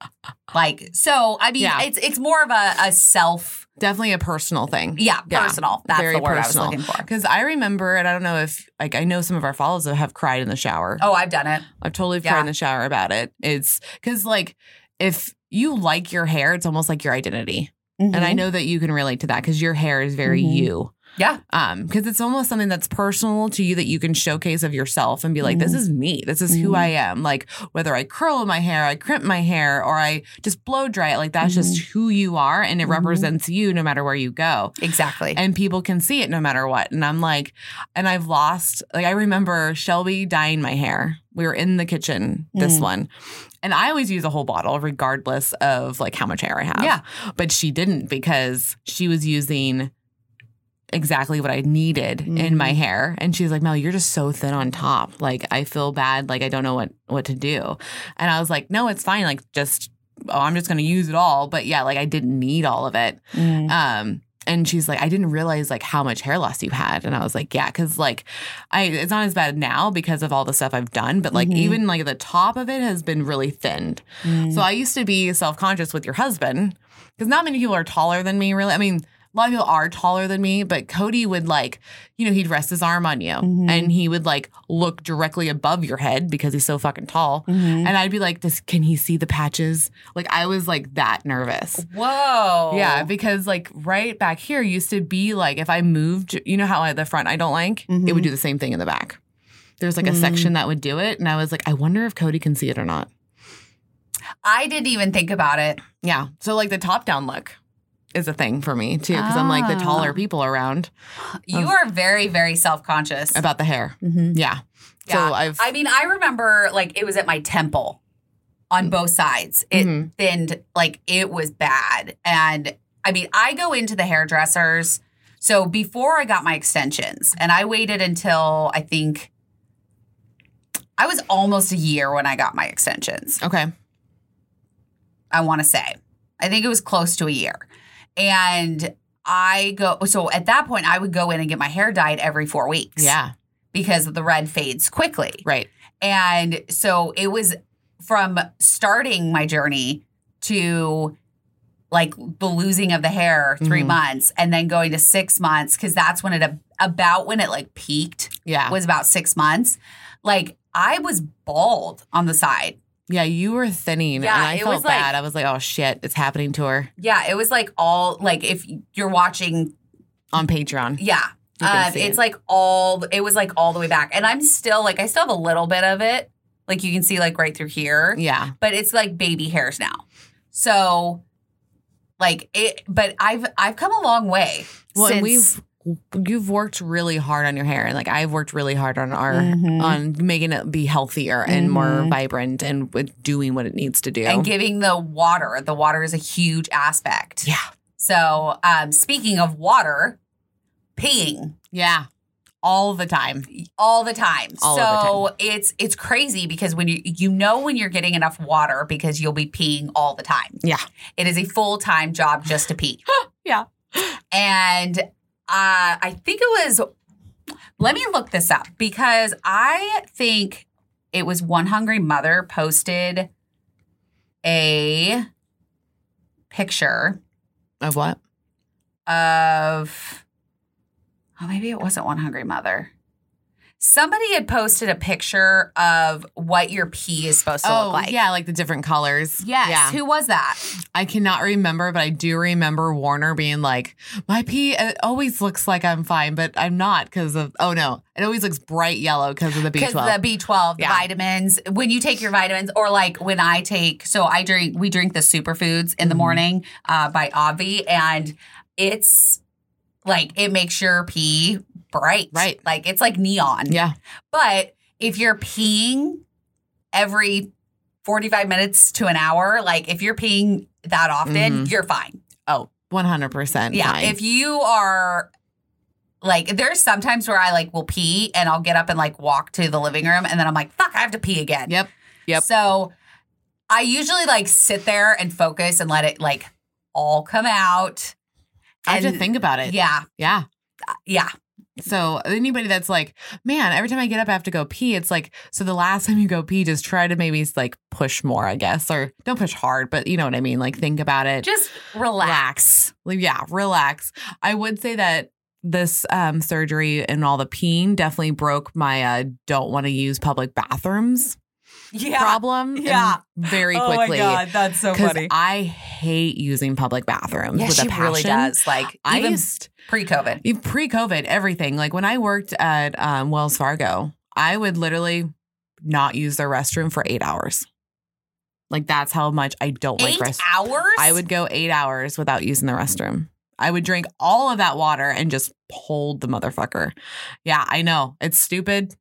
B: Like so, I mean,
A: Yeah.
B: it's it's more of a, a self,
A: Definitely a personal thing.
B: yeah,
A: Yeah.
B: personal. That's
A: Very
B: the word
A: personal.
B: I was looking for.
A: Because I remember, and I don't know if, like, I know some of our followers have cried in the shower.
B: Oh, I've done it.
A: I've totally
B: Yeah.
A: cried in the shower about it. It's because, like, if you like your hair, it's almost like your identity. And
B: Mm-hmm.
A: I know that you can relate to that because your hair is very
B: Mhm.
A: you.
B: Yeah.
A: Um, because it's almost something that's personal to you that you can showcase of yourself and be like, this
B: Mhm.
A: is me. This is who
B: Mhm.
A: I am. Like whether I curl my hair, I crimp my hair, or I just blow dry it. Like that's just
B: Mm-hmm.
A: who you are, and it
B: Mhm.
A: represents you no matter where you go.
B: Exactly.
A: And people can see it no matter what. And I'm like, and I've lost, like, I remember Shelby dyeing my hair. We were in the kitchen, this
B: Mm.
A: one. And I always use a whole bottle, regardless of like how much hair I have.
B: Yeah.
A: But she didn't because she was using exactly what I needed in my hair. And she's like, Mel, you're just so thin on top. Like, I feel bad. Like, I don't know what, what to do. And I was like, no, it's fine. Like, just, oh, I'm just going to use it all. But yeah, like, I didn't need all of it.
B: Mm-hmm.
A: Um, and she's like, I didn't realize like how much hair loss you had. And I was like, yeah, because like, I it's not as bad now because of all the stuff I've done, but like
B: Mhm.
A: even like the top of it has been really thinned. So I used to be self conscious with your husband because not many people are taller than me. Really, I mean, a lot of people are taller than me, but Cody would like, you know, he'd rest his arm on you
B: Mhm.
A: and he would like look directly above your head because he's so fucking tall.
B: Mm-hmm.
A: And I'd be like, this, can he see the patches? Like I was like that nervous.
B: Whoa.
A: Yeah, because like right back here used to be like if I moved, you know how I, the front I don't like, it
B: Mhm.
A: would do the same thing in the back. There's like a
B: Mm.
A: section that would do it, and I was like, I wonder if Cody can see it or not.
B: I didn't even think about it.
A: Yeah, so like the top down look is a thing for me too, because I'm like the
B: Ah.
A: taller people around
B: You
A: Oh.
B: are very, very self conscious.
A: about the hair. Yeah,
B: Yeah.
A: so I've
B: I mean, I remember like it was at my temple on both sides. It
A: Mhm.
B: thinned, like it was bad. And I mean, I go into the hairdressers. So before I got my extensions, and I waited until I think I was almost a year when I got my extensions.
A: okay.
B: I want to say. I think it was close to a year. And I go, so at that point, I would go in and get my hair dyed every four weeks.
A: Yeah,
B: Because the red fades quickly.
A: right.
B: And so it was from starting my journey to like the losing of the hair 3
A: Mhm.
B: months and then going to six months because that's when it ab- about when it like peaked
A: Yeah,
B: was about six months like i was bald on the side
A: yeah. You were thinning,
B: Yeah,
A: and I
B: it
A: felt
B: was like-
A: bad. I was like, oh shit, it's happening to her
B: yeah it was like all like if you're watching
A: on Patreon.
B: yeah
A: You can
B: Um,
A: see it.
B: it's like all it was like all the way back, and I'm still like I still have a little bit of it. Like you can see like right through here,
A: yeah.
B: but it's like baby hairs now. So, like it, but I've I've come a long way.
A: Well,
B: since,
A: and we've you've worked really hard on your hair, and like I've worked really hard on our
B: Mhm.
A: on making it be healthier and more
B: Mhm.
A: vibrant and with doing what it needs to do.
B: and giving the water. The water is a huge aspect.
A: Yeah.
B: So, um, speaking of water, peeing
A: yeah, all the time.
B: all the time.
A: All
B: so it's it's crazy because when you you know when you're getting enough water because you'll be peeing all the time.
A: Yeah.
B: It is a full time job just to pee.
A: <gasps> Yeah.
B: And uh, I think it was. Let me look this up because I think it was one hungry mother posted a picture
A: Of what?
B: of oh maybe it wasn't one hungry mother somebody had posted a picture of what your pee is supposed to
A: oh,
B: look like
A: yeah, like the different colors.
B: yes
A: Yeah.
B: who was that
A: I cannot remember, but I do remember Warner being like, "My pee uh, always looks like I'm fine, but I'm not because of oh no, it always looks bright yellow because of the B12."
B: because the b12 the
A: Yeah.
B: vitamins when you take your vitamins or like when i take so i drink we drink the superfoods in the
A: Mhm.
B: morning uh, by avi and it's like it makes your pee bright
A: Right.
B: like it's like neon
A: yeah,
B: But if you're peeing every 45 minutes to an hour, like if you're peeing that often,
A: Mhm.
B: you're fine.
A: oh, 100%.
B: yeah.
A: fine.
B: If you are like, there's sometimes where I like will pee and I'll get up and like walk to the living room and then I'm like, fuck, I have to pee again.
A: Yep. Yep.
B: So I usually like sit there and focus and let it like all come out.
A: I have to
B: and-
A: think about it.
B: Yeah.
A: Yeah.
B: Yeah.
A: So anybody that's like, man, every time I get up, I have to go pee. It's like, so the last time you go pee, just try to maybe like push more, I guess, or don't push hard, but you know what I mean. Like think about it.
B: Just relax.
A: Like, yeah, relax. I would say that this um, surgery and all the peeing definitely broke my uh, don't want to use public bathrooms
B: Yeah. <laughs>
A: problem. and
B: Yeah.
A: very quickly.
B: That's so
A: Because I hate using public bathrooms
B: Yeah,
A: with
B: she
A: a passion.
B: really does. Like
A: I
B: even
A: used
B: pre-COVID.
A: Even e, pre-COVID, everything. Like when I worked at um, Wells Fargo, I would literally not use their restroom for eight hours. Like that's how much I don't
B: Eight
A: like restrooms.
B: hours.
A: I would go eight hours without using the restroom. I would drink all of that water and just hold the motherfucker. Yeah, I know it's stupid.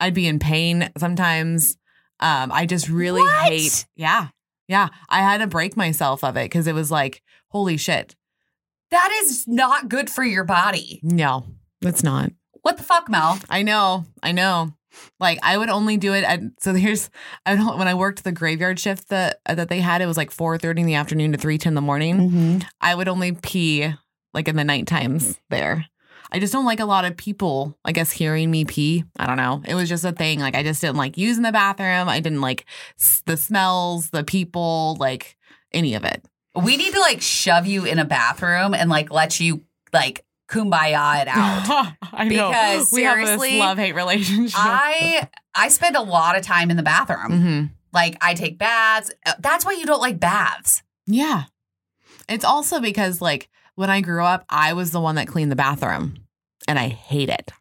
A: I'd be in pain sometimes. Um, I just really
B: What?
A: hate. Yeah, yeah. I had to break myself of it because it was like, holy shit,
B: That is not good for your body.
A: no, that's not.
B: What the fuck, Mel?
A: I know, I know. Like I would only do it at so here's I don't when I worked the graveyard shift that uh, that they had it was like four thirty in the afternoon to three ten in the morning.
B: Mm-hmm.
A: I would only pee like in the night times there. I just don't like a lot of people, I guess, hearing me pee. I don't know. It was just a thing. Like I just didn't like using the bathroom. I didn't like s- the smells, the people, like any of it.
B: We need to like shove you in a bathroom and like let you like kumbaya
A: <laughs>
B: it out.
A: <laughs> I
B: Because
A: we have this
B: seriously,
A: love hate relationship.
B: I I spend a lot of time in the bathroom.
A: Mhm.
B: Like I take baths. Uh, That's why you don't like baths.
A: Yeah. It's also because, like, when I grew up, I was the one that cleaned the bathroom and I hate it.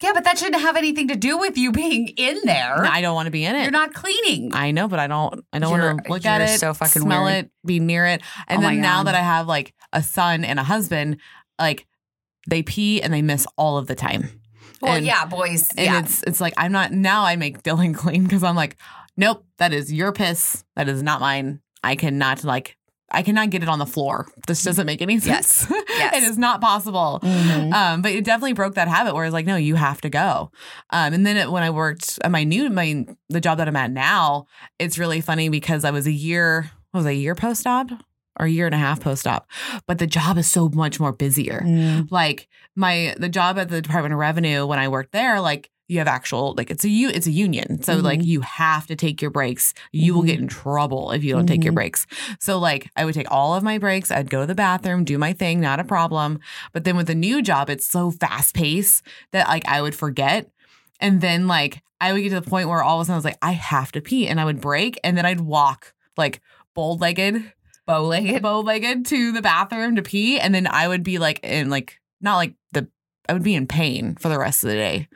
B: Yeah, but that shouldn't have anything to do with you being in there.
A: I don't want to be in it.
B: You're not cleaning.
A: I know, but I don't. I don't
B: You're-
A: want to look at
B: you're
A: it.
B: so fucking
A: smell
B: weird.
A: it, be near it, and
B: Oh my
A: then now
B: God.
A: that I have like a son and a husband, like they pee and they miss all of the time.
B: well,
A: and-
B: yeah, boys.
A: And
B: yeah.
A: it's it's like I'm not now. I make Dylan <laughs> clean because I'm like, nope, that is your piss. That is not mine. I cannot like. I cannot get it on the floor. This doesn't make any sense.
B: Yes.
A: it is not possible.
B: Mm-hmm.
A: Um, but it definitely broke that habit where it's like, no, you have to go. Um, and then it, when I worked at my new my the job that I'm at now, it's really funny because I was a year what was I, a year post op or a year and a half post op, but the job is so much more busier.
B: Mm-hmm.
A: Like my the job at the Department of Revenue when I worked there, like you have actual like it's a you it's a union so like you have to take your breaks you will
B: Mhm.
A: get in trouble if you don't take your
B: Mhm.
A: breaks so like i would take all of my breaks i'd go to the bathroom do my thing not a problem but then with the new job, it's so fast paced that like I would forget. And then like I would get to the point where all of a sudden I was like, I have to pee. And I would break and then I'd walk like bold legged,
B: Bow legged.
A: bow legged to the bathroom to pee. And then I would be like in like not like the I would be in pain for the rest of the day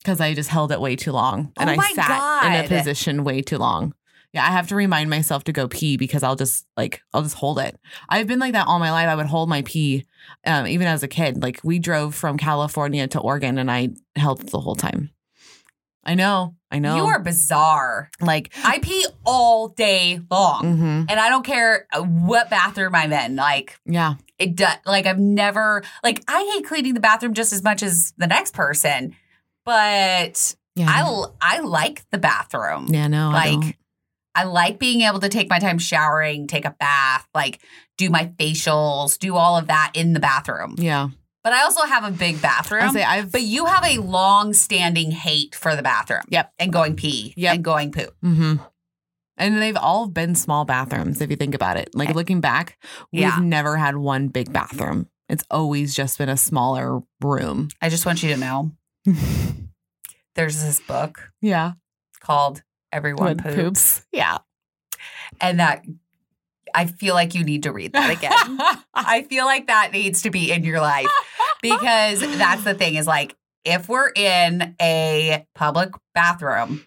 A: because I just held it way too long and
B: Oh
A: I
B: my
A: sat in a
B: God.
A: position way too long. Yeah, I have to remind myself to go pee because I'll just like I'll just hold it. I've been like that all my life. I would hold my pee, um, even as a kid. Like we drove from California to Oregon, and I held it the whole time. I know, I know.
B: You are bizarre.
A: like,
B: I pee all day long.
A: hmm
B: And I don't care uh, what bathroom I'm in. Like
A: yeah,
B: it does like I've never like I hate cleaning the bathroom just as much as the next person. But
A: yeah,
B: I l- I like the bathroom.
A: Mm-hmm. yeah, no, I don't.
B: like I, like being able to take my time showering, take a bath, like do my facials, do all of that in the bathroom.
A: yeah.
B: But I also have a big
A: I
B: bathroom.
A: say I've
B: but you have a long standing hate for the bathroom.
A: Yep.
B: And going pee.
A: Yep.
B: And going poop.
A: hmm And they've all been small bathrooms if you think about it. Like looking back, we've
B: Eh. Yeah.
A: never had one big bathroom. It's always just been a smaller
B: <laughs>
A: room.
B: I just want you to know there's this book
A: yeah.
B: called Everyone
A: With
B: Poops.
A: Yeah.
B: And that I feel like you need to read that
A: <laughs>
B: again. I feel like that needs to be in your life because that's the thing is like if we're in a public bathroom,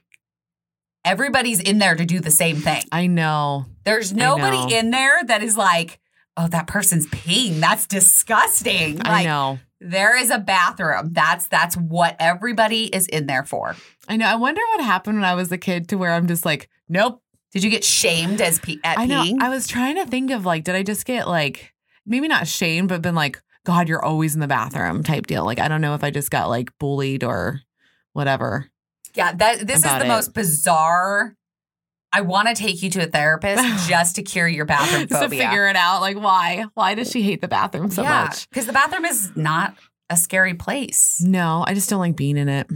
B: everybody's in there to do the same thing.
A: I know.
B: There's nobody
A: know.
B: in there that is like, oh, that person's peeing. That's disgusting. Like
A: I know.
B: there is a bathroom. That's that's what everybody is in there for.
A: I know. I wonder what happened when I was a kid to where I'm just like, nope.
B: Did you get shamed as pe- at
A: I know.
B: peeing?
A: I was trying to think of like, did I just get like maybe not shamed, but been like, God, you're always in the bathroom type deal. Like I don't know if I just got like bullied or whatever.
B: yeah, that this is
A: About
B: the
A: it.
B: most bizarre. I want to take you to a therapist
A: <sighs>
B: just to cure your bathroom
A: Just <laughs> to
B: phobia.
A: figure it out. Like, why? Why does she hate the bathroom so much?
B: Because the bathroom is not a scary place.
A: No, I just don't like being in it.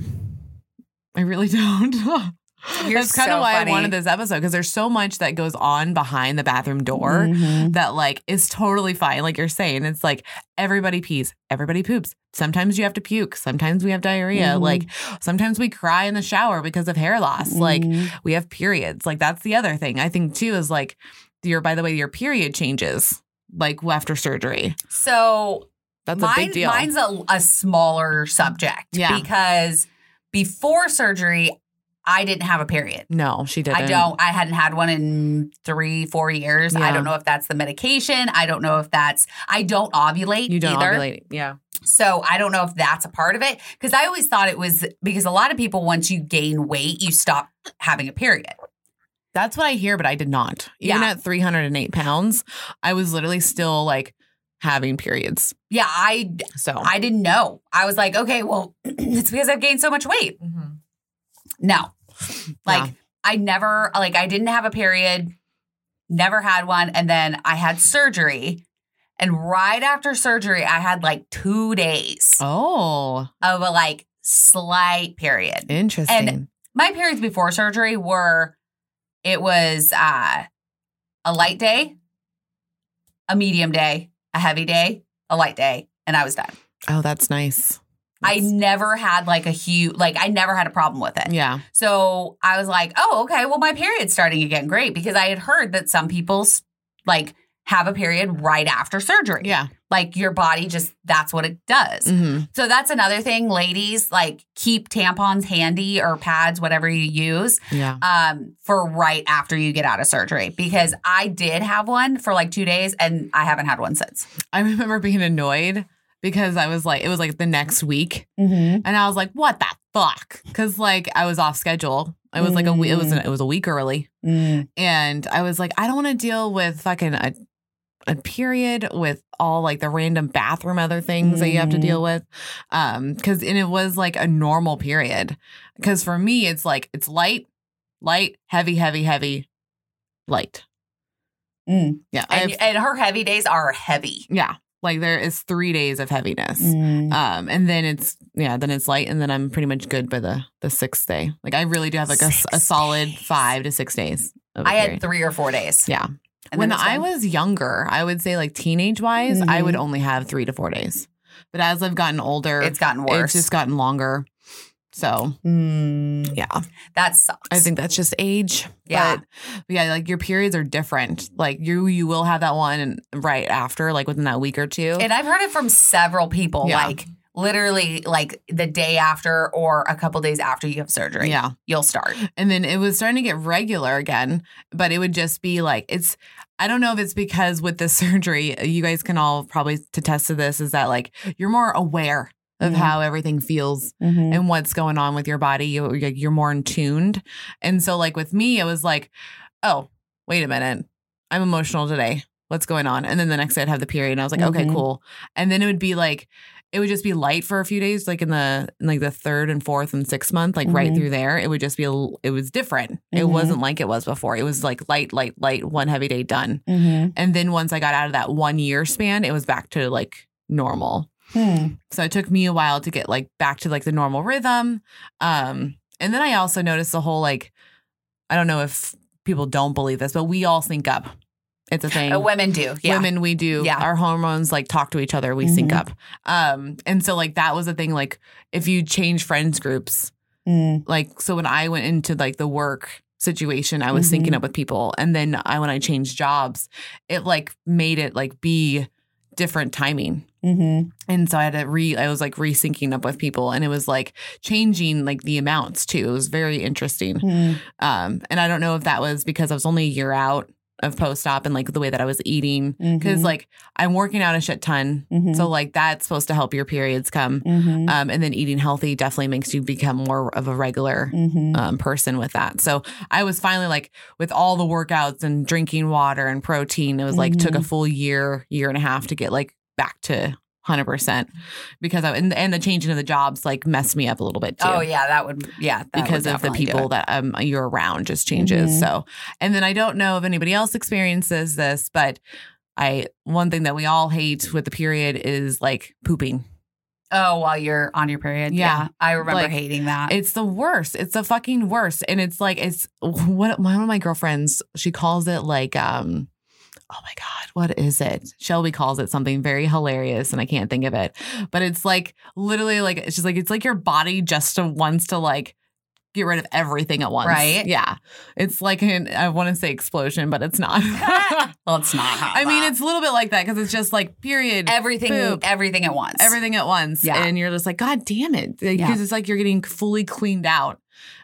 A: I really <laughs> don't.
B: You're
A: That's kind of
B: so
A: why
B: funny.
A: I wanted this episode because there's so much that goes on behind the bathroom door
B: Mm-hmm.
A: that like is totally fine. Like you're saying, it's like everybody pees, everybody poops. Sometimes you have to puke. Sometimes we have diarrhea.
B: Mhm.
A: Like sometimes we cry in the shower because of hair loss. Like we have periods. Like that's the other thing I think too is like your by the way your period changes like after surgery.
B: so
A: That's a
B: mine,
A: big deal.
B: mine's a, a smaller subject
A: Yeah.
B: because before surgery, I didn't have a period.
A: no, she didn't.
B: I don't. I hadn't had one in three, four years. I
A: Yeah.
B: don't know if that's the medication. I don't know if that's. I don't ovulate.
A: You don't
B: either.
A: ovulate. Yeah.
B: So I don't know if that's a part of it because I always thought it was because a lot of people once you gain weight, you stop having a period.
A: That's what I hear, but I did not. Even
B: Yeah.
A: at 308 pounds, I was literally still like having periods.
B: Yeah, I
A: So
B: I didn't know. I was like, okay, well, <clears throat> it's because I've gained so much weight.
A: Mhm.
B: No. Like
A: Yeah.
B: I never like I didn't have a period, never had one, and then I had surgery. And right after surgery, I had like 2 days
A: Oh,
B: of a like slight period.
A: interesting.
B: My periods before surgery were it was uh a light day, a medium day, a heavy day, a light day, and I was done.
A: oh, that's nice.
B: I
A: That's-
B: never had like a huge, like I never had a problem with it.
A: yeah.
B: So I was like, oh, okay, well, my period's starting again. Great. Because I had heard that some people's like have a period right after surgery.
A: Yeah.
B: Like your body just, that's what it does.
A: Mhm.
B: So that's another thing, ladies, like keep tampons handy or pads, whatever you use
A: Yeah.
B: um, for right after you get out of surgery. Because I did have one for like two days and I haven't had one since.
A: I remember being annoyed because I was like, it was like the next week.
B: Mm-hmm.
A: And I was like, what the fuck? Cause like I was off schedule. It was like a we- it was an, it was a week early.
B: Mm-hmm.
A: and I was like, I don't want to deal with fucking a, a period with all like the random bathroom other things that you have to
B: Mhm.
A: deal with. Um, cause and it was like a normal period. Cause for me, it's like it's light, light, heavy, heavy, heavy, light.
B: Mm.
A: Yeah.
B: And,
A: I've-
B: and her heavy days are heavy.
A: yeah. Like there is three days of heaviness.
B: Mm-hmm.
A: Um, and then it's yeah, then it's light, and then I'm pretty much good by the the sixth day. Like I really do have like a, s- a
B: Six
A: solid
B: days.
A: five to six days. of a
B: I had
A: period.
B: three or four days.
A: Yeah.
B: And
A: when
B: then it's
A: I
B: done.
A: was younger, I would say like teenage wise, I would
B: Mhm.
A: only have three to four days. But as I've gotten older,
B: it's gotten worse.
A: it's just gotten longer. So
B: Mm,
A: yeah,
B: that sucks.
A: I think that's just age.
B: Yeah.
A: But, but yeah, like your periods are different. Like you you will have that one and right after, like within that week or two.
B: and I've heard it from several people,
A: Yeah.
B: like literally like the day after or a couple days after you have surgery.
A: yeah.
B: You'll start.
A: And then it was starting to get regular again, but it would just be like it's I don't know if it's because with the <laughs> surgery, you guys can all probably attest to this, is that like you're more aware of
B: Mhm.
A: how everything feels
B: Mm-hmm.
A: and what's going on with your body. You, you're you're more in tuned. And so, like with me, it was like, oh, wait a minute. I'm emotional today. What's going on? And then the next day I'd have the period and I was like, okay,
B: Mhm.
A: cool. And then it would be like, it would just be light for a few days, like in the in like the third and fourth and sixth month, like right
B: Mhm.
A: through there. It would just be, a l- it was different. It
B: Mhm.
A: wasn't like it was before. It was like light, light, light, one heavy day done. And then once I got out of that one year span, it was back to like normal. So it took me a while to get like back to like the normal rhythm. Um, and then I also noticed the whole like, I don't know if people don't believe this, but we all sync up. It's a thing.
B: Uh, women do. Yeah.
A: Women, we do
B: Yeah. Mm-hmm.
A: our hormones like talk to each other. We sync
C: Mhm.
A: up. Um, and so like that was a thing. Like if you change friends groups, like so when I went into like the work situation, I was syncing
B: Mm-hmm.
C: Mhm.
A: up with people, and then I when I changed jobs, it like made it like be different timing. And so I had to re, I was like resyncing up with people and it was like changing like the amounts too. It was very interesting.
B: Mm-hmm.
A: Um, and I don't know if that was because I was only a year out of post op and like the way that I was eating.
B: Mm-hmm.
A: because like I'm working out a shit ton. So like that's supposed to help your periods come.
B: Mm-hmm.
A: Um, and then eating healthy definitely makes you become more of a regular
B: Mm-hmm.
A: um, person with that. So I was finally like, with all the workouts and drinking water and protein, it was like
B: Mm-hmm.
A: took a full year, year and a half to get like back to hundred percent because I and, and the changing of the jobs like messed me up a little bit too.
B: Oh yeah, that would yeah that would
A: Because of the
B: definitely do
A: people
B: it. Mm-hmm.
A: that um, you're around just changes.
C: Mhm.
A: So, and then I don't know if anybody else experiences this, but I, one thing that we all hate with the period is like pooping.
B: Oh, while you're on your period.
A: Yeah.
B: Yeah, I remember
A: Like,
B: hating that.
A: It's the worst. It's the fucking worst. And it's like it's what one of my girlfriends, she calls it like um oh my god, what is it? Shelby calls it something very hilarious and I can't think of it. But it's like literally like it's just like it's like your body just to, wants to like get rid of everything at once.
B: Right.
A: Yeah. It's like an I want to say explosion, but it's not. <laughs>
B: well, it's not. how
A: I mean,
B: that-
A: it's a little bit like that cuz it's just like period
B: everything,
A: poop.
B: everything at once.
A: everything at once.
B: Yeah.
A: And you're just like, God damn it. Because
B: Yeah.
A: it's like you're getting fully cleaned out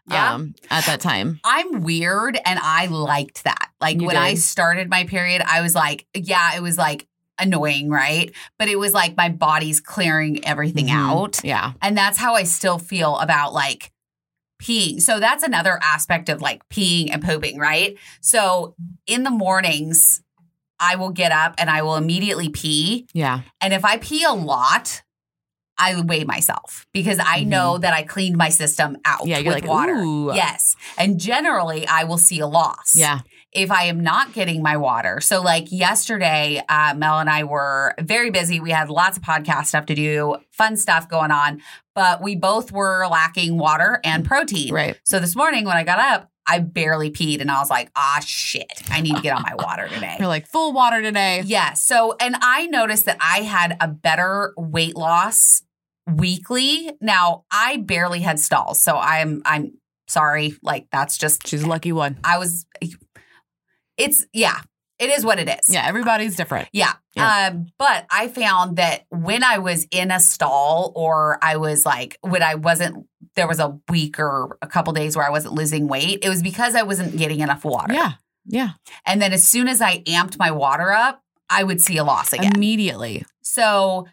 B: Yeah.
A: um, at that time.
B: I'm weird, and I liked that. Like
A: You
B: when I
A: did.
B: started my period, I was like, yeah, it was like annoying, right? But it was like my body's clearing everything
A: Mhm.
B: out,
A: Yeah.
B: and that's how I still feel about like peeing. So that's another aspect of like peeing and pooping, right? So in the mornings. I will get up and I will immediately pee
A: Yeah.
B: And if I pee a lot, I weigh myself because I
A: Mhm.
B: know that I cleaned my system out
A: Yeah,
B: with
A: you're like,
B: water.
A: "Ooh."
B: Yes. And generally, I will see a loss.
A: Yeah.
B: If I am not getting my water. So, like yesterday, uh, Mel and I were very busy. We had lots of podcast stuff to do, fun stuff going on, but we both were lacking water and protein.
A: Mm. Right.
B: So, this morning when I got up, I barely peed and I was like, ah, shit, I need to get on my water today.
A: You're like full water today.
B: Yeah. So, and I noticed that I had a better weight loss weekly. Now, I barely had stalls, so I'm I'm sorry. Like that's just
A: She's a lucky one.
B: I was. It's yeah. It is what it is.
A: Yeah. Everybody's different.
B: Yeah. Um, but I found that when I was in a stall or I was like, when I wasn't, there was a week or a couple days where I wasn't losing weight, it was because I wasn't getting enough water.
A: Yeah. Yeah.
B: And then as soon as I amped my water up, I would see a loss again.
A: Immediately.
B: So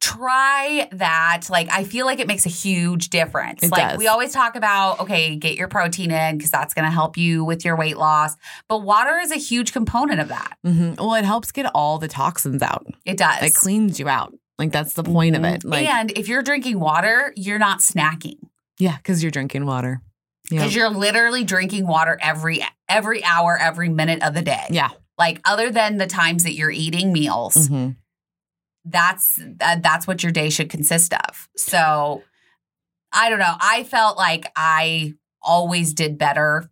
B: try that. Like, I feel like it makes a huge difference.
A: It
B: like,
A: does.
B: we always talk about, okay, get your protein in because that's going to help you with your weight loss. But water is a huge component of that.
A: hmm Well, it helps get all the toxins out.
B: It does.
A: It cleans you out. Like that's the point of
C: Mhm.
A: it. Like
B: and if you're drinking water, you're not snacking
A: yeah, because you're drinking water. Yeah.
B: because you're literally drinking water every every hour, every minute of the day.
A: Yeah.
B: Like other than the times that you're eating meals,
A: Mhm.
B: that's uh, that's what your day should consist of. So I don't know. I felt like I always did better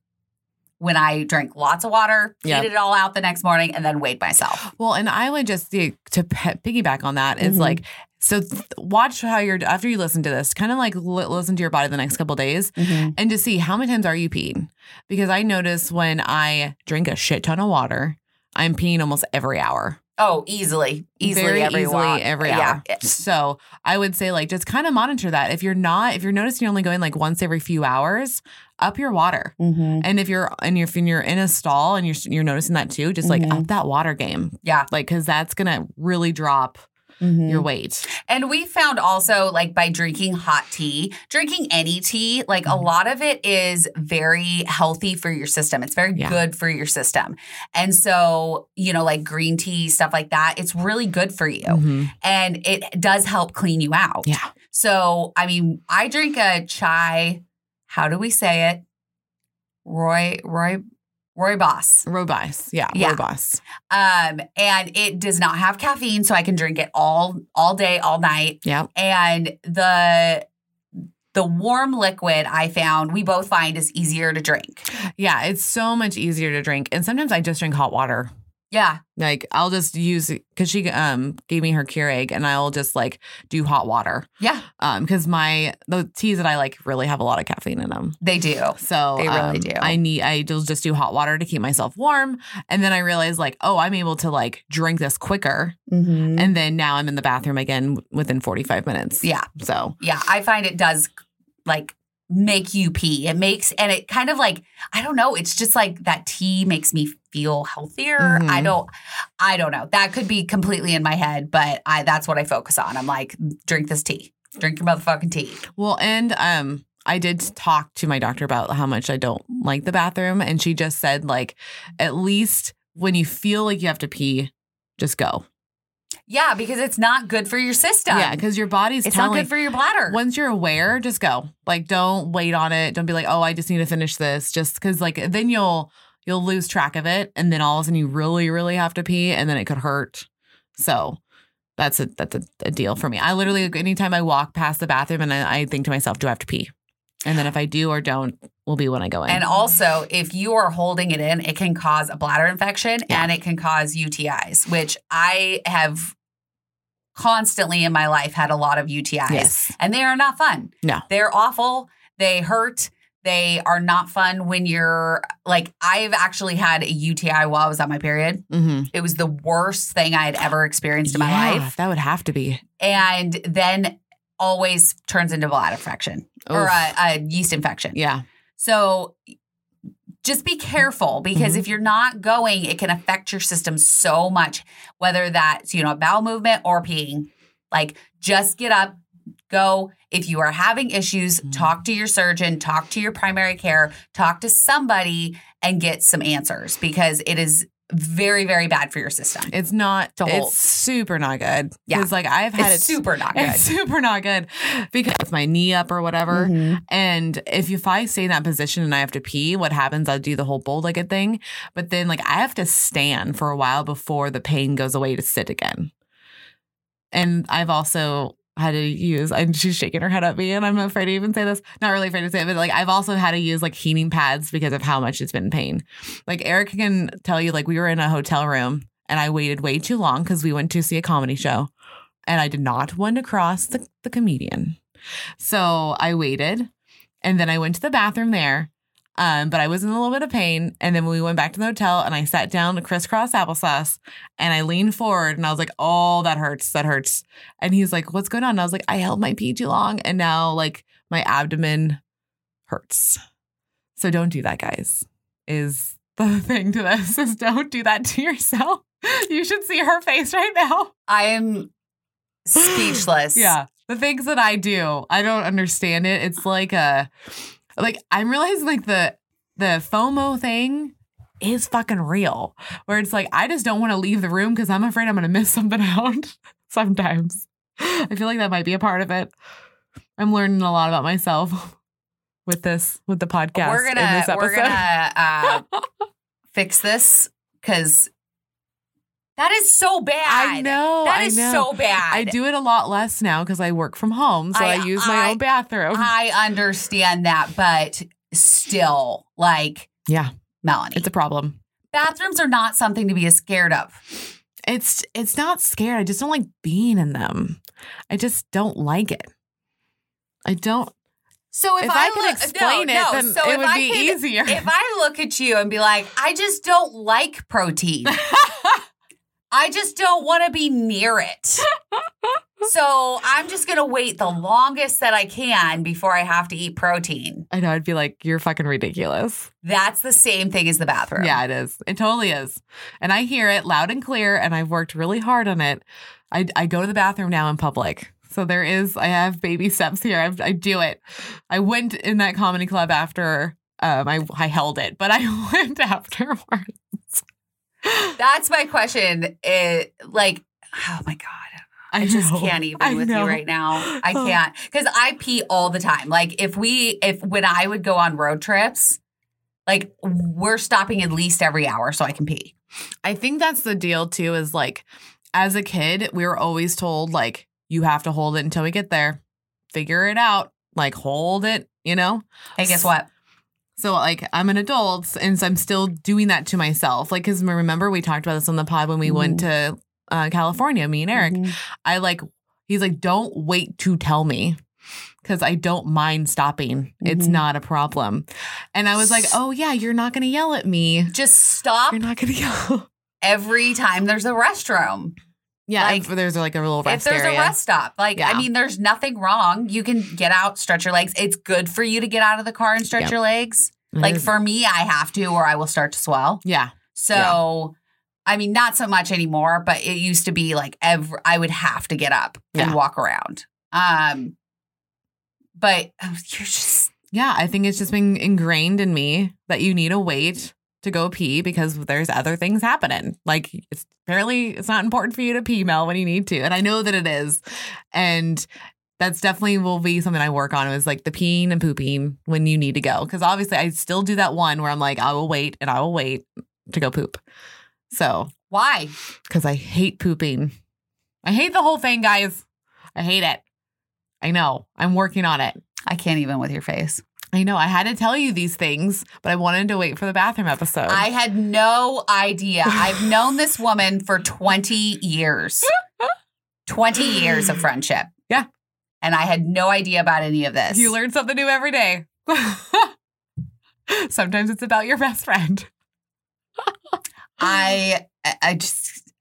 B: when I drank lots of water,
A: Yeah.
B: peed it all out the next morning, and then weighed myself.
A: Well, and I would just to, to pe- piggyback on that. It's
B: Mhm.
A: like so th- watch how you're after you listen to this. Kind of like li- listen to your body the next couple days
B: Mm-hmm.
A: and to see how many times are you peeing because I notice when I drink a shit ton of water, I'm peeing almost every hour.
B: Oh, easily, easily,
A: Very
B: every
A: easily
B: walk.
A: every
B: Yeah.
A: hour. So I would say like just kind of monitor that. If you're not, if you're noticing you're only going like once every few hours, up your water.
B: Mm-hmm.
A: And if you're and if you're in a stall and you're you're noticing that too, just like
B: Mhm.
A: up that water game,
B: Yeah.
A: like because that's gonna really drop your weight.
B: And we found also, like, by drinking hot tea, drinking any tea, like, a
A: Mhm.
B: lot of it is very healthy for your system. It's very
A: Yeah.
B: good for your system. And so, you know, like green tea, stuff like that, it's really good for you. And it does help clean you out.
A: Yeah.
B: So, I mean, I drink a chai, how do we say it? Roy, Roy, Roy Boss.
A: Robice, yeah,
B: Yeah.
A: Robice.
B: Um, and it does not have caffeine, so I can drink it all all day, all night.
A: Yeah.
B: And the the warm liquid I found, we both find is easier to drink.
A: Yeah, it's so much easier to drink. And sometimes I just drink hot water.
B: Yeah.
A: Like I'll just use because she um gave me her Keurig, and I'll just like do hot water.
B: Yeah.
A: Um, because my the teas that I like really have a lot of caffeine in them.
B: They do.
A: So
B: They really
A: um,
B: do.
A: I need I will just do hot water to keep myself warm, and then I realize like oh I'm able to like drink this quicker,
B: Mm-hmm.
A: and then now I'm in the bathroom again w- within 45 minutes.
B: Yeah.
A: So
B: Yeah. I find it does like make you pee. It makes and it kind of like, I don't know, it's just like that tea makes me feel healthier.
A: Mhm.
B: I don't I don't know. That could be completely in my head, but I that's what I focus on. I'm like, drink this tea. Drink your motherfucking tea.
A: well, and um I did talk to my doctor about how much I don't like the bathroom, and she just said like at least when you feel like you have to pee, just go.
B: Yeah, because it's not good for your system.
A: Yeah, because your body's
B: it's not
A: telling.
B: good for your bladder.
A: once you're aware, just go. Like, don't wait on it. Don't be like, oh, I just need to finish this. Just because, like, then you'll you'll lose track of it, and then all of a sudden you really, really have to pee, and then it could hurt. So that's a that's a, a deal for me. I literally anytime I walk past the bathroom, and I, I think to myself, do I have to pee? And then if I do or don't, will be when I go in.
B: and also, if you are holding it in, it can cause a bladder infection
A: Yeah.
B: and it can cause UTIs, which I have constantly in my life had a lot of UTIs.
A: yes,
B: And they are not fun.
A: No.
B: They're awful. They hurt. They are not fun when you're like, I've actually had a UTI while I was on my period.
A: mm-hmm.
B: It was the worst thing I had ever experienced in my life.
A: that would have to be.
B: And then always turns into bladder infection. or
A: Oof.
B: a, a yeast infection.
A: yeah,
B: So just be careful because
A: Mhm.
B: if you're not going, it can affect your system so much, whether that's, you know, a bowel movement or peeing. Like just get up, go. If you are having issues,
A: Mhm.
B: talk to your surgeon, talk to your primary care, talk to somebody and get some answers because it is very, very bad for your system.
A: it's not.
B: To hold.
A: It's super not good.
B: Yeah.
A: because like I've had
B: It's
A: it
B: super not
A: <laughs>
B: good.
A: It's super not good because with my knee up or whatever.
B: Mm-hmm.
A: And if, if I stay in that position and I have to pee, what happens? I do the whole bold legged thing. But then, like, I have to stand for a while before the pain goes away to sit again. And I've also had to use, and she's shaking her head at me, and I'm afraid to even say this. Not really afraid to say it, but like, I've also had to use like heating pads because of how much it's been pain. Like, Eric can tell you, like, we were in a hotel room and I waited way too long because we went to see a comedy show and I did not want to cross the, the comedian. So I waited and then I went to the bathroom there. Um, but I was in a little bit of pain. And then we went back to the hotel and I sat down to crisscross applesauce and I leaned forward and I was like, oh, that hurts. That hurts. And he's like, what's going on? And I was like, I held my pee too long. And now, like, my abdomen hurts. So don't do that, guys, is the <laughs> thing to this is don't do that to yourself. <laughs> You should see her face right now.
B: I am
A: <laughs>
B: speechless.
A: Yeah. The things that I do, I don't understand it. It's like a like I'm realizing like the the FOMO thing is fucking real. Where it's like I just don't want to leave the room because I'm afraid I'm gonna miss <laughs> something out sometimes. I feel like that might be a part of it. I'm learning a lot about myself <laughs> with this with the podcast
B: we're
A: in
B: gonna
A: this episode.
B: we're <laughs> gonna uh,
A: <laughs>
B: fix this because that is so bad.
A: I know.
B: that
A: I
B: is
A: know.
B: so bad.
A: I do it a lot less now because I work from home, so I,
B: I-
A: use my
B: I-
A: own bathroom.
B: I understand that, but still, like,
A: yeah,
B: Melanie.
A: It's a problem.
B: Bathrooms are not something to be scared of.
A: It's it's not scared. I just don't like being in them. I just don't like it. I don't.
B: So if,
A: If I,
B: look-
A: could explain it,
B: no, no.
A: then
B: So
A: it
B: if
A: would
B: I
A: be
B: could-
A: easier.
B: If I look at you and be like, I just don't like
A: <laughs>
B: protein. I just don't want to be near it. so I'm just going to wait the longest that I can before I have to eat protein.
A: <laughs> I know. I'd be like, you're fucking ridiculous.
B: That's the same thing as the bathroom.
A: Yeah, it is. It totally is. And I hear it loud and clear. And I've worked really hard on it. I, I go to the bathroom now in public. So there is, I have baby steps here. I, I do it. I went in that comedy club after um, I, I held it, but I <laughs> went afterward.
B: That's my question. It, like, oh my God.
A: I,
B: I just
A: know.
B: can't even
A: I
B: with
A: know.
B: you right now. I
A: Oh.
B: can't because I pee all the time. Like if we, if when I would go on road trips, like we're stopping at least every hour so I can pee.
A: I think that's the deal too. Is like, as a kid, we were always told like you have to hold it until we get there, figure it out, like hold it, you know.
B: Hey, guess what?
A: So like I'm an adult, and so I'm still doing that to myself. Like, cause remember we talked about this on the pod when we went to uh, California, me and Eric. I like he's like, don't wait to tell me. Cause I don't mind stopping. It's
B: Mhm.
A: not a problem. And I was like, oh yeah, you're not gonna yell at me.
B: Just stop
A: You're not gonna <laughs> yell.
B: every time there's a restroom.
A: yeah,
B: Like,
A: if there's like a little
B: If
A: rest
B: there's
A: area.
B: a rest stop, like
A: Yeah.
B: I mean, there's nothing wrong. You can get out, stretch your legs. It's good for you to get out of the car and stretch
A: Yep.
B: your legs.
A: It
B: Like
A: is-
B: for me, I have to, or I will start to swell.
A: yeah,
B: So, I mean, not so much anymore, but it used to be like every I would have to get up
A: Yeah.
B: and walk around. Um, but <sighs> oh, you're just
A: yeah. I think it's just been ingrained in me that you need to wait to go pee because there's other things happening. Like it's apparently it's not important for you to pee, Mel, when you need to, and I know that it is, and that's definitely will be something I work on. Is like the peeing and pooping when you need to go because obviously I still do that one where I'm like I will wait and I will wait to go poop. So
B: why?
A: because I hate pooping, I hate the whole thing, guys. I hate it. I know. I'm working on it.
B: I can't even with your face.
A: I know. I had to tell you these things, but I wanted to wait for the bathroom episode. <laughs>
B: I had no idea. I've known this woman for 20
A: <laughs>
B: years. 20 years of friendship.
A: Yeah.
B: And I had no idea about any of this.
A: you learn something new every day. <laughs> Sometimes it's about your best friend.
B: I I just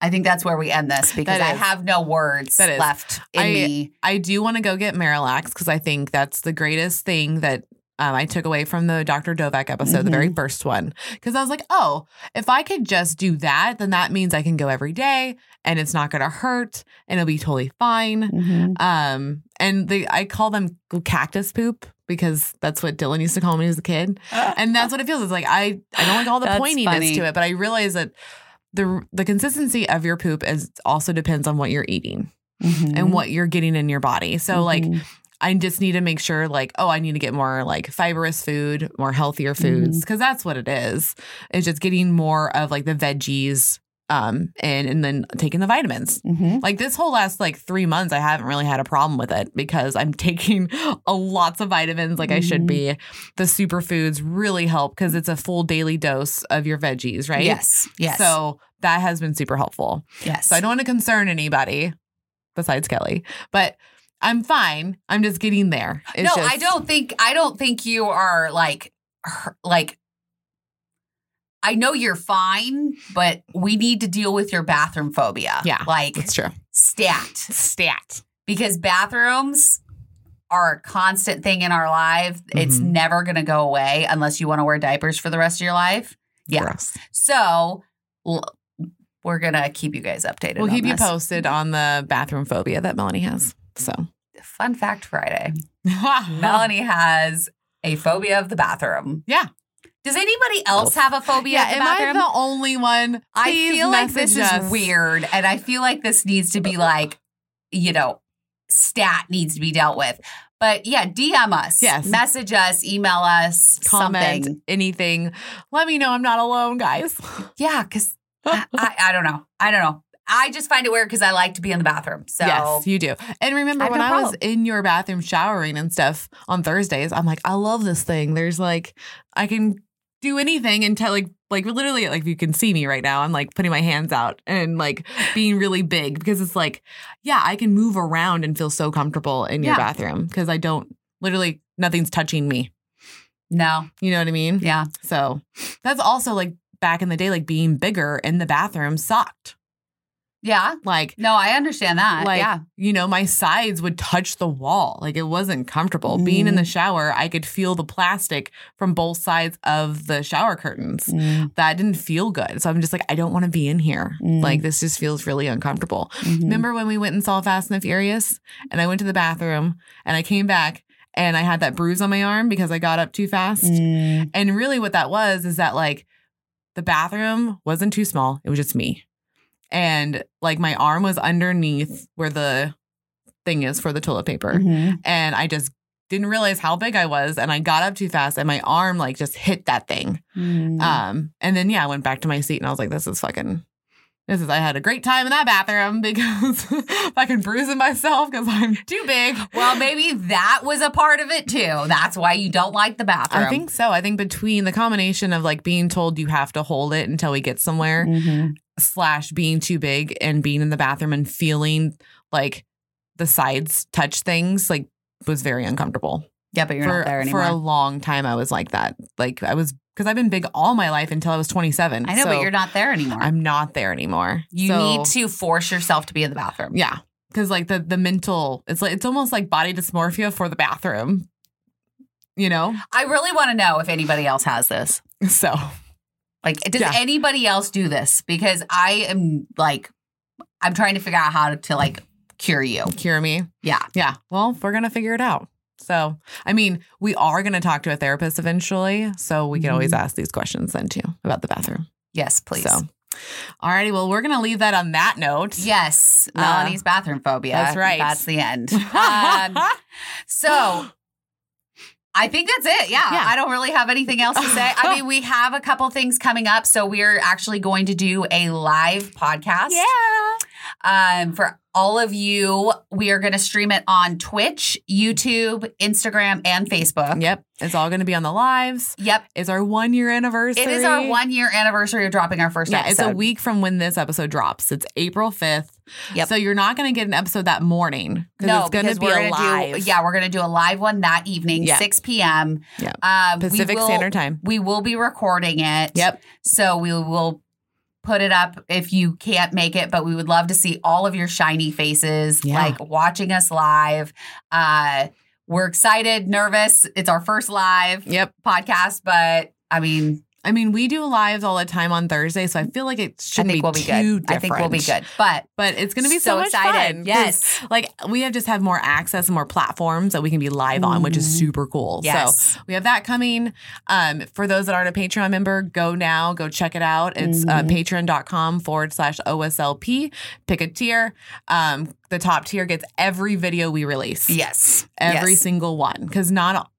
B: I think that's where we end this because
A: That
B: I
A: is.
B: have no words
A: That is.
B: left in
A: I-
B: me.
A: I do want to go get Marilax because I think that's the greatest thing that um, I took away from the Dr. Dovak episode, the
B: Mhm.
A: very first one. Because I was like, oh, if I could just do that, then that means I can go every day and it's not going to hurt and it'll be totally fine.
B: Mm-hmm.
A: Um, and the I call them cactus poop because that's what Dylan used to call me as a
B: <laughs>
A: kid, and that's what it feels. It's like I I don't like all the
B: That's
A: pointiness
B: funny.
A: to it, but I realize that the the consistency of your poop is also depends on what you're eating
B: Mm-hmm.
A: and what you're getting in your body. So like. I just need to make sure, like, oh, I need to get more like fibrous food, more healthier
B: Mm-hmm.
A: foods, because that's what it is. It's just getting more of like the veggies, um, and and then taking the vitamins.
B: Mm-hmm.
A: Like this whole last like three months, I haven't really had a problem with it because I'm <laughs> taking a lots of vitamins like I should
B: Mhm.
A: be. The superfoods really help because it's a full daily dose of your veggies, right?
B: Yes. Yes.
A: So that has been super helpful.
B: yes.
A: So I don't want to concern anybody besides Kelly, but I'm fine. I'm just getting there. It's
B: no,
A: just-
B: I don't think I don't think you are like hur- like I know you're fine, but we need to deal with your bathroom phobia.
A: Yeah. <laughs>
B: Like
A: It's true.
B: stat.
A: Stat.
B: Because bathrooms are a constant thing in our life. It's
A: Mhm.
B: never going to go away unless you want to wear diapers for the rest of your life. Yeah.
A: Gross.
B: So l- we're going to keep you guys updated.
A: We'll
B: on
A: keep you
B: this.
A: posted on the bathroom phobia that Melanie has. So <laughs>
B: Fun fact Friday. Melanie has a phobia of the bathroom.
A: Yeah.
B: Does anybody else have a phobia
A: Yeah,
B: of the
A: am I
B: bathroom?
A: the only one?
B: I
A: Please
B: feel like this
A: message us.
B: is weird, and I feel like this
A: <laughs>
B: needs to be like, you know, stat needs to be dealt with. But yeah, DM us,
A: Yes.
B: message us, email us,
A: Comment
B: something.
A: anything. Let me know I'm not alone, guys. <laughs>
B: Yeah, because I, I, I don't know, I don't know. I just find it weird because I like to be in the bathroom. So
A: yes, you do. And
B: I
A: remember
B: have
A: when
B: no
A: I was
B: problem.
A: in your bathroom showering and stuff on Thursdays, I'm like, I love this thing. There's like, I can do anything until like like literally like if you can see me right now i'm like putting my hands out and like being really big because it's like yeah i can move around and feel so comfortable in your
B: Yeah.
A: bathroom because i don't literally nothing's touching me
B: No.
A: you know what i mean
B: Yeah.
A: so that's also like back in the day like being bigger in the bathroom sucked
B: Yeah.
A: like
B: No, I understand that.
A: Like,
B: yeah.
A: you know, my sides would touch the wall. Like it wasn't comfortable. Being
B: Mm-hmm.
A: in the shower, I could feel the plastic from both sides of the shower
B: Mm.
A: curtains.
B: Mm-hmm.
A: That didn't feel good. So I'm just like, I don't want to be in here.
B: Mm.
A: Like this just feels really uncomfortable. Remember when we went and saw Fast and the Furious and I went to the bathroom and I came back and I had that bruise on my arm because I got up too fast?
B: Mm-hmm.
A: And really, what that was is that like the bathroom wasn't too small, it was just me. And like my arm was underneath where the thing is for the toilet paper.
B: Mm-hmm.
A: And I just didn't realize how big I was. And I got up too fast and my arm like just hit that thing.
B: Mm-hmm.
A: Um, and then, yeah, I went back to my seat and I was like, this is fucking. This is, I had a great time in that bathroom <laughs> because fucking bruising myself because I'm too big.
B: well, maybe that was a part of it too. That's why you don't like the bathroom.
A: I think so. I think between the combination of like being told you have to hold it until we get somewhere, slash being too big and being in the bathroom and feeling like the sides touch things, like was very uncomfortable.
B: Yeah, but you're
A: for
B: not there
A: for
B: anymore.
A: a long time, I was like that. Like I was because I've been big all my life until I was 27.
B: I know,
A: So
B: but you're not there anymore.
A: I'm not there anymore.
B: you
A: So,
B: need to force yourself to be in the bathroom.
A: yeah, because like the the mental, it's like it's almost like body dysmorphia for the bathroom. You know, <laughs>
B: I really want to know if anybody else has this.
A: so
B: Like, does
A: Yeah.
B: anybody else do this? Because I am like, I'm trying to figure out how to like cure you.
A: cure me.
B: Yeah.
A: Yeah. Well, we're going to figure it out. So, I mean, we are going to talk to a therapist eventually. So, we can always ask these questions then too about the bathroom.
B: Yes, Mm-hmm. please.
A: So, all righty. Well, we're going to leave that on that note.
B: Yes,
A: Uh,
B: Melanie's bathroom phobia.
A: that's right.
B: That's
A: <laughs>
B: the end. um,
A: <gasps>
B: so I think that's it. Yeah,
A: Yeah.
B: I don't really have anything else to say.
A: <laughs>
B: I mean, we have a couple things coming up, so we're actually going to do a live podcast.
A: yeah.
B: Um, for all of you, we are going to stream it on Twitch, YouTube, Instagram, and <laughs> Facebook.
A: Um, Yep. It's all going to be on the lives.
B: Yep.
A: It's our one year anniversary.
B: It is our one year anniversary of dropping our first
A: Yeah,
B: episode.
A: it's a week from when this episode drops. It's April 5th.
B: Yep.
A: So you're not going to get an episode that morning
B: No,
A: it's going
B: because
A: to be
B: we're
A: a
B: gonna
A: live.
B: Do, yeah, we're going to do a live one that evening,
A: Yeah.
B: 6 p.m.
A: Yeah.
B: Um, we
A: Pacific
B: will-
A: Standard Time.
B: We will be recording it.
A: Yep.
B: So we will put it up if you can't make it, but we would love to see all of your shiny faces,
A: Yeah.
B: like watching us live. Uh, we're excited, nervous. It's our first live
A: Yep.
B: podcast, but I mean,
A: I mean, we do lives all the time on Thursday, so I feel like it
B: I
A: should
B: think
A: be
B: we'll be good.
A: too
B: I think we'll be
A: different.
B: good. But
A: But it's going to be so, much
B: excited.
A: fun. 'cause,
B: Yes.
A: like we have just had more access and more platforms that we can be live on, which is
B: Mhm.
A: super cool. So
B: Yes.
A: we have that coming. Um, for those that aren't a Patreon member, go now, go check it out. It's uh,
B: Mhm.
A: patreon.com forward slash OSLP. Pick a tier. Um, the top tier gets every video we release
B: yes.
A: every
B: Yes.
A: single one because not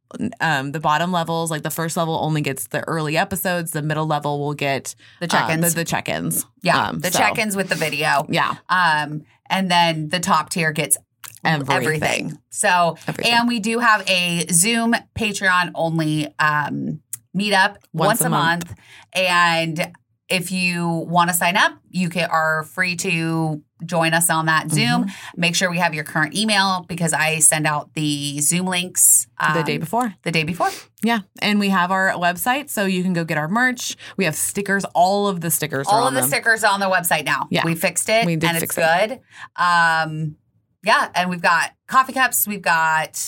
A: um, the bottom levels like the first level only gets the early episodes the middle level will get
B: the
A: uh,
B: check-ins.
A: the, the check-ins
B: yeah.
A: um,
B: the
A: so-
B: check-ins with the video.
A: yeah
B: Um, and then the top tier gets
A: everything,
B: everything. So
A: Everything.
B: And we do have a Zoom Patreon only um, meetup once, a, month. And if you want to sign up, you can, are free to join us on that Zoom.
A: Mm-hmm.
B: Make sure we have your current email because I send out the Zoom links
A: the
B: um,
A: day before
B: The day before.
A: yeah and we have our website so you can go get our merch we have stickers all of the stickers are
B: All
A: on
B: of the
A: them.
B: stickers are on the website now.
A: Yeah.
B: We fixed it
A: We did
B: and
A: fix
B: it's
A: it.
B: good. Um, yeah. And we've got coffee cups. We've got.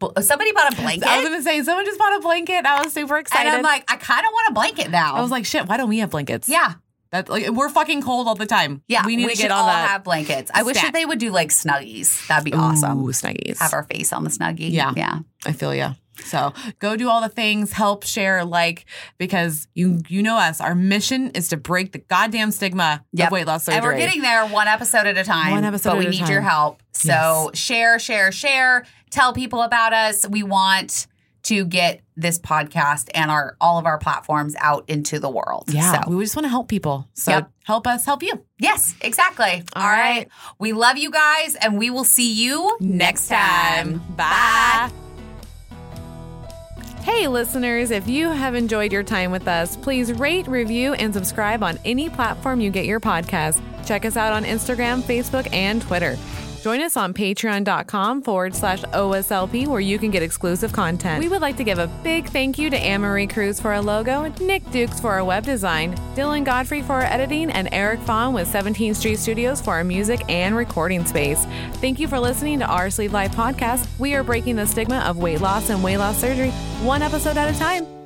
B: bl- Somebody bought a blanket.
A: i was gonna say someone just bought a blanket i was super excited
B: And I'm like, I kind of want a blanket now.
A: I was like, shit, why don't we have blankets?
B: yeah,
A: That's like we're fucking cold all the time.
B: yeah.
A: We need to
B: should
A: get on
B: all
A: that.
B: have blankets. I wish
A: stat.
B: that they would do like snuggies. That'd be awesome.
A: Ooh, snuggies.
B: Have our face on the snuggie.
A: Yeah.
B: yeah.
A: I feel you. So go do all the things, help, share, like, because you you know us. Our mission is to break the goddamn stigma
B: Yep.
A: of weight loss surgery.
B: And we're getting there one episode at a time.
A: One episode
B: but
A: at
B: we
A: a
B: need
A: time.
B: your help. So share, share, share. Tell people about us. We want to get this podcast and our all of our platforms out into the world.
A: yeah,
B: So,
A: we just want to help people. So
B: Yep.
A: help us, help you.
B: yes, exactly.
A: All
B: all right.
A: right.
B: We love you guys, and we will see you next time.
A: Bye. Hey, listeners, if you have enjoyed your time with us, please rate, review, and subscribe on any platform you get your podcast. Check us out on Instagram, Facebook, and Twitter. Join us on patreon.com forward slash OSLP where you can get exclusive content. We would like to give a big thank you to Anne-Marie Cruz for our logo, Nick Dukes for our web design, Dylan Godfrey for our editing, and Eric Fawn with 17th Street Studios for our music and recording space. Thank you for listening to our Sleeve Life podcast. We are breaking the stigma of weight loss and weight loss surgery one episode at a time.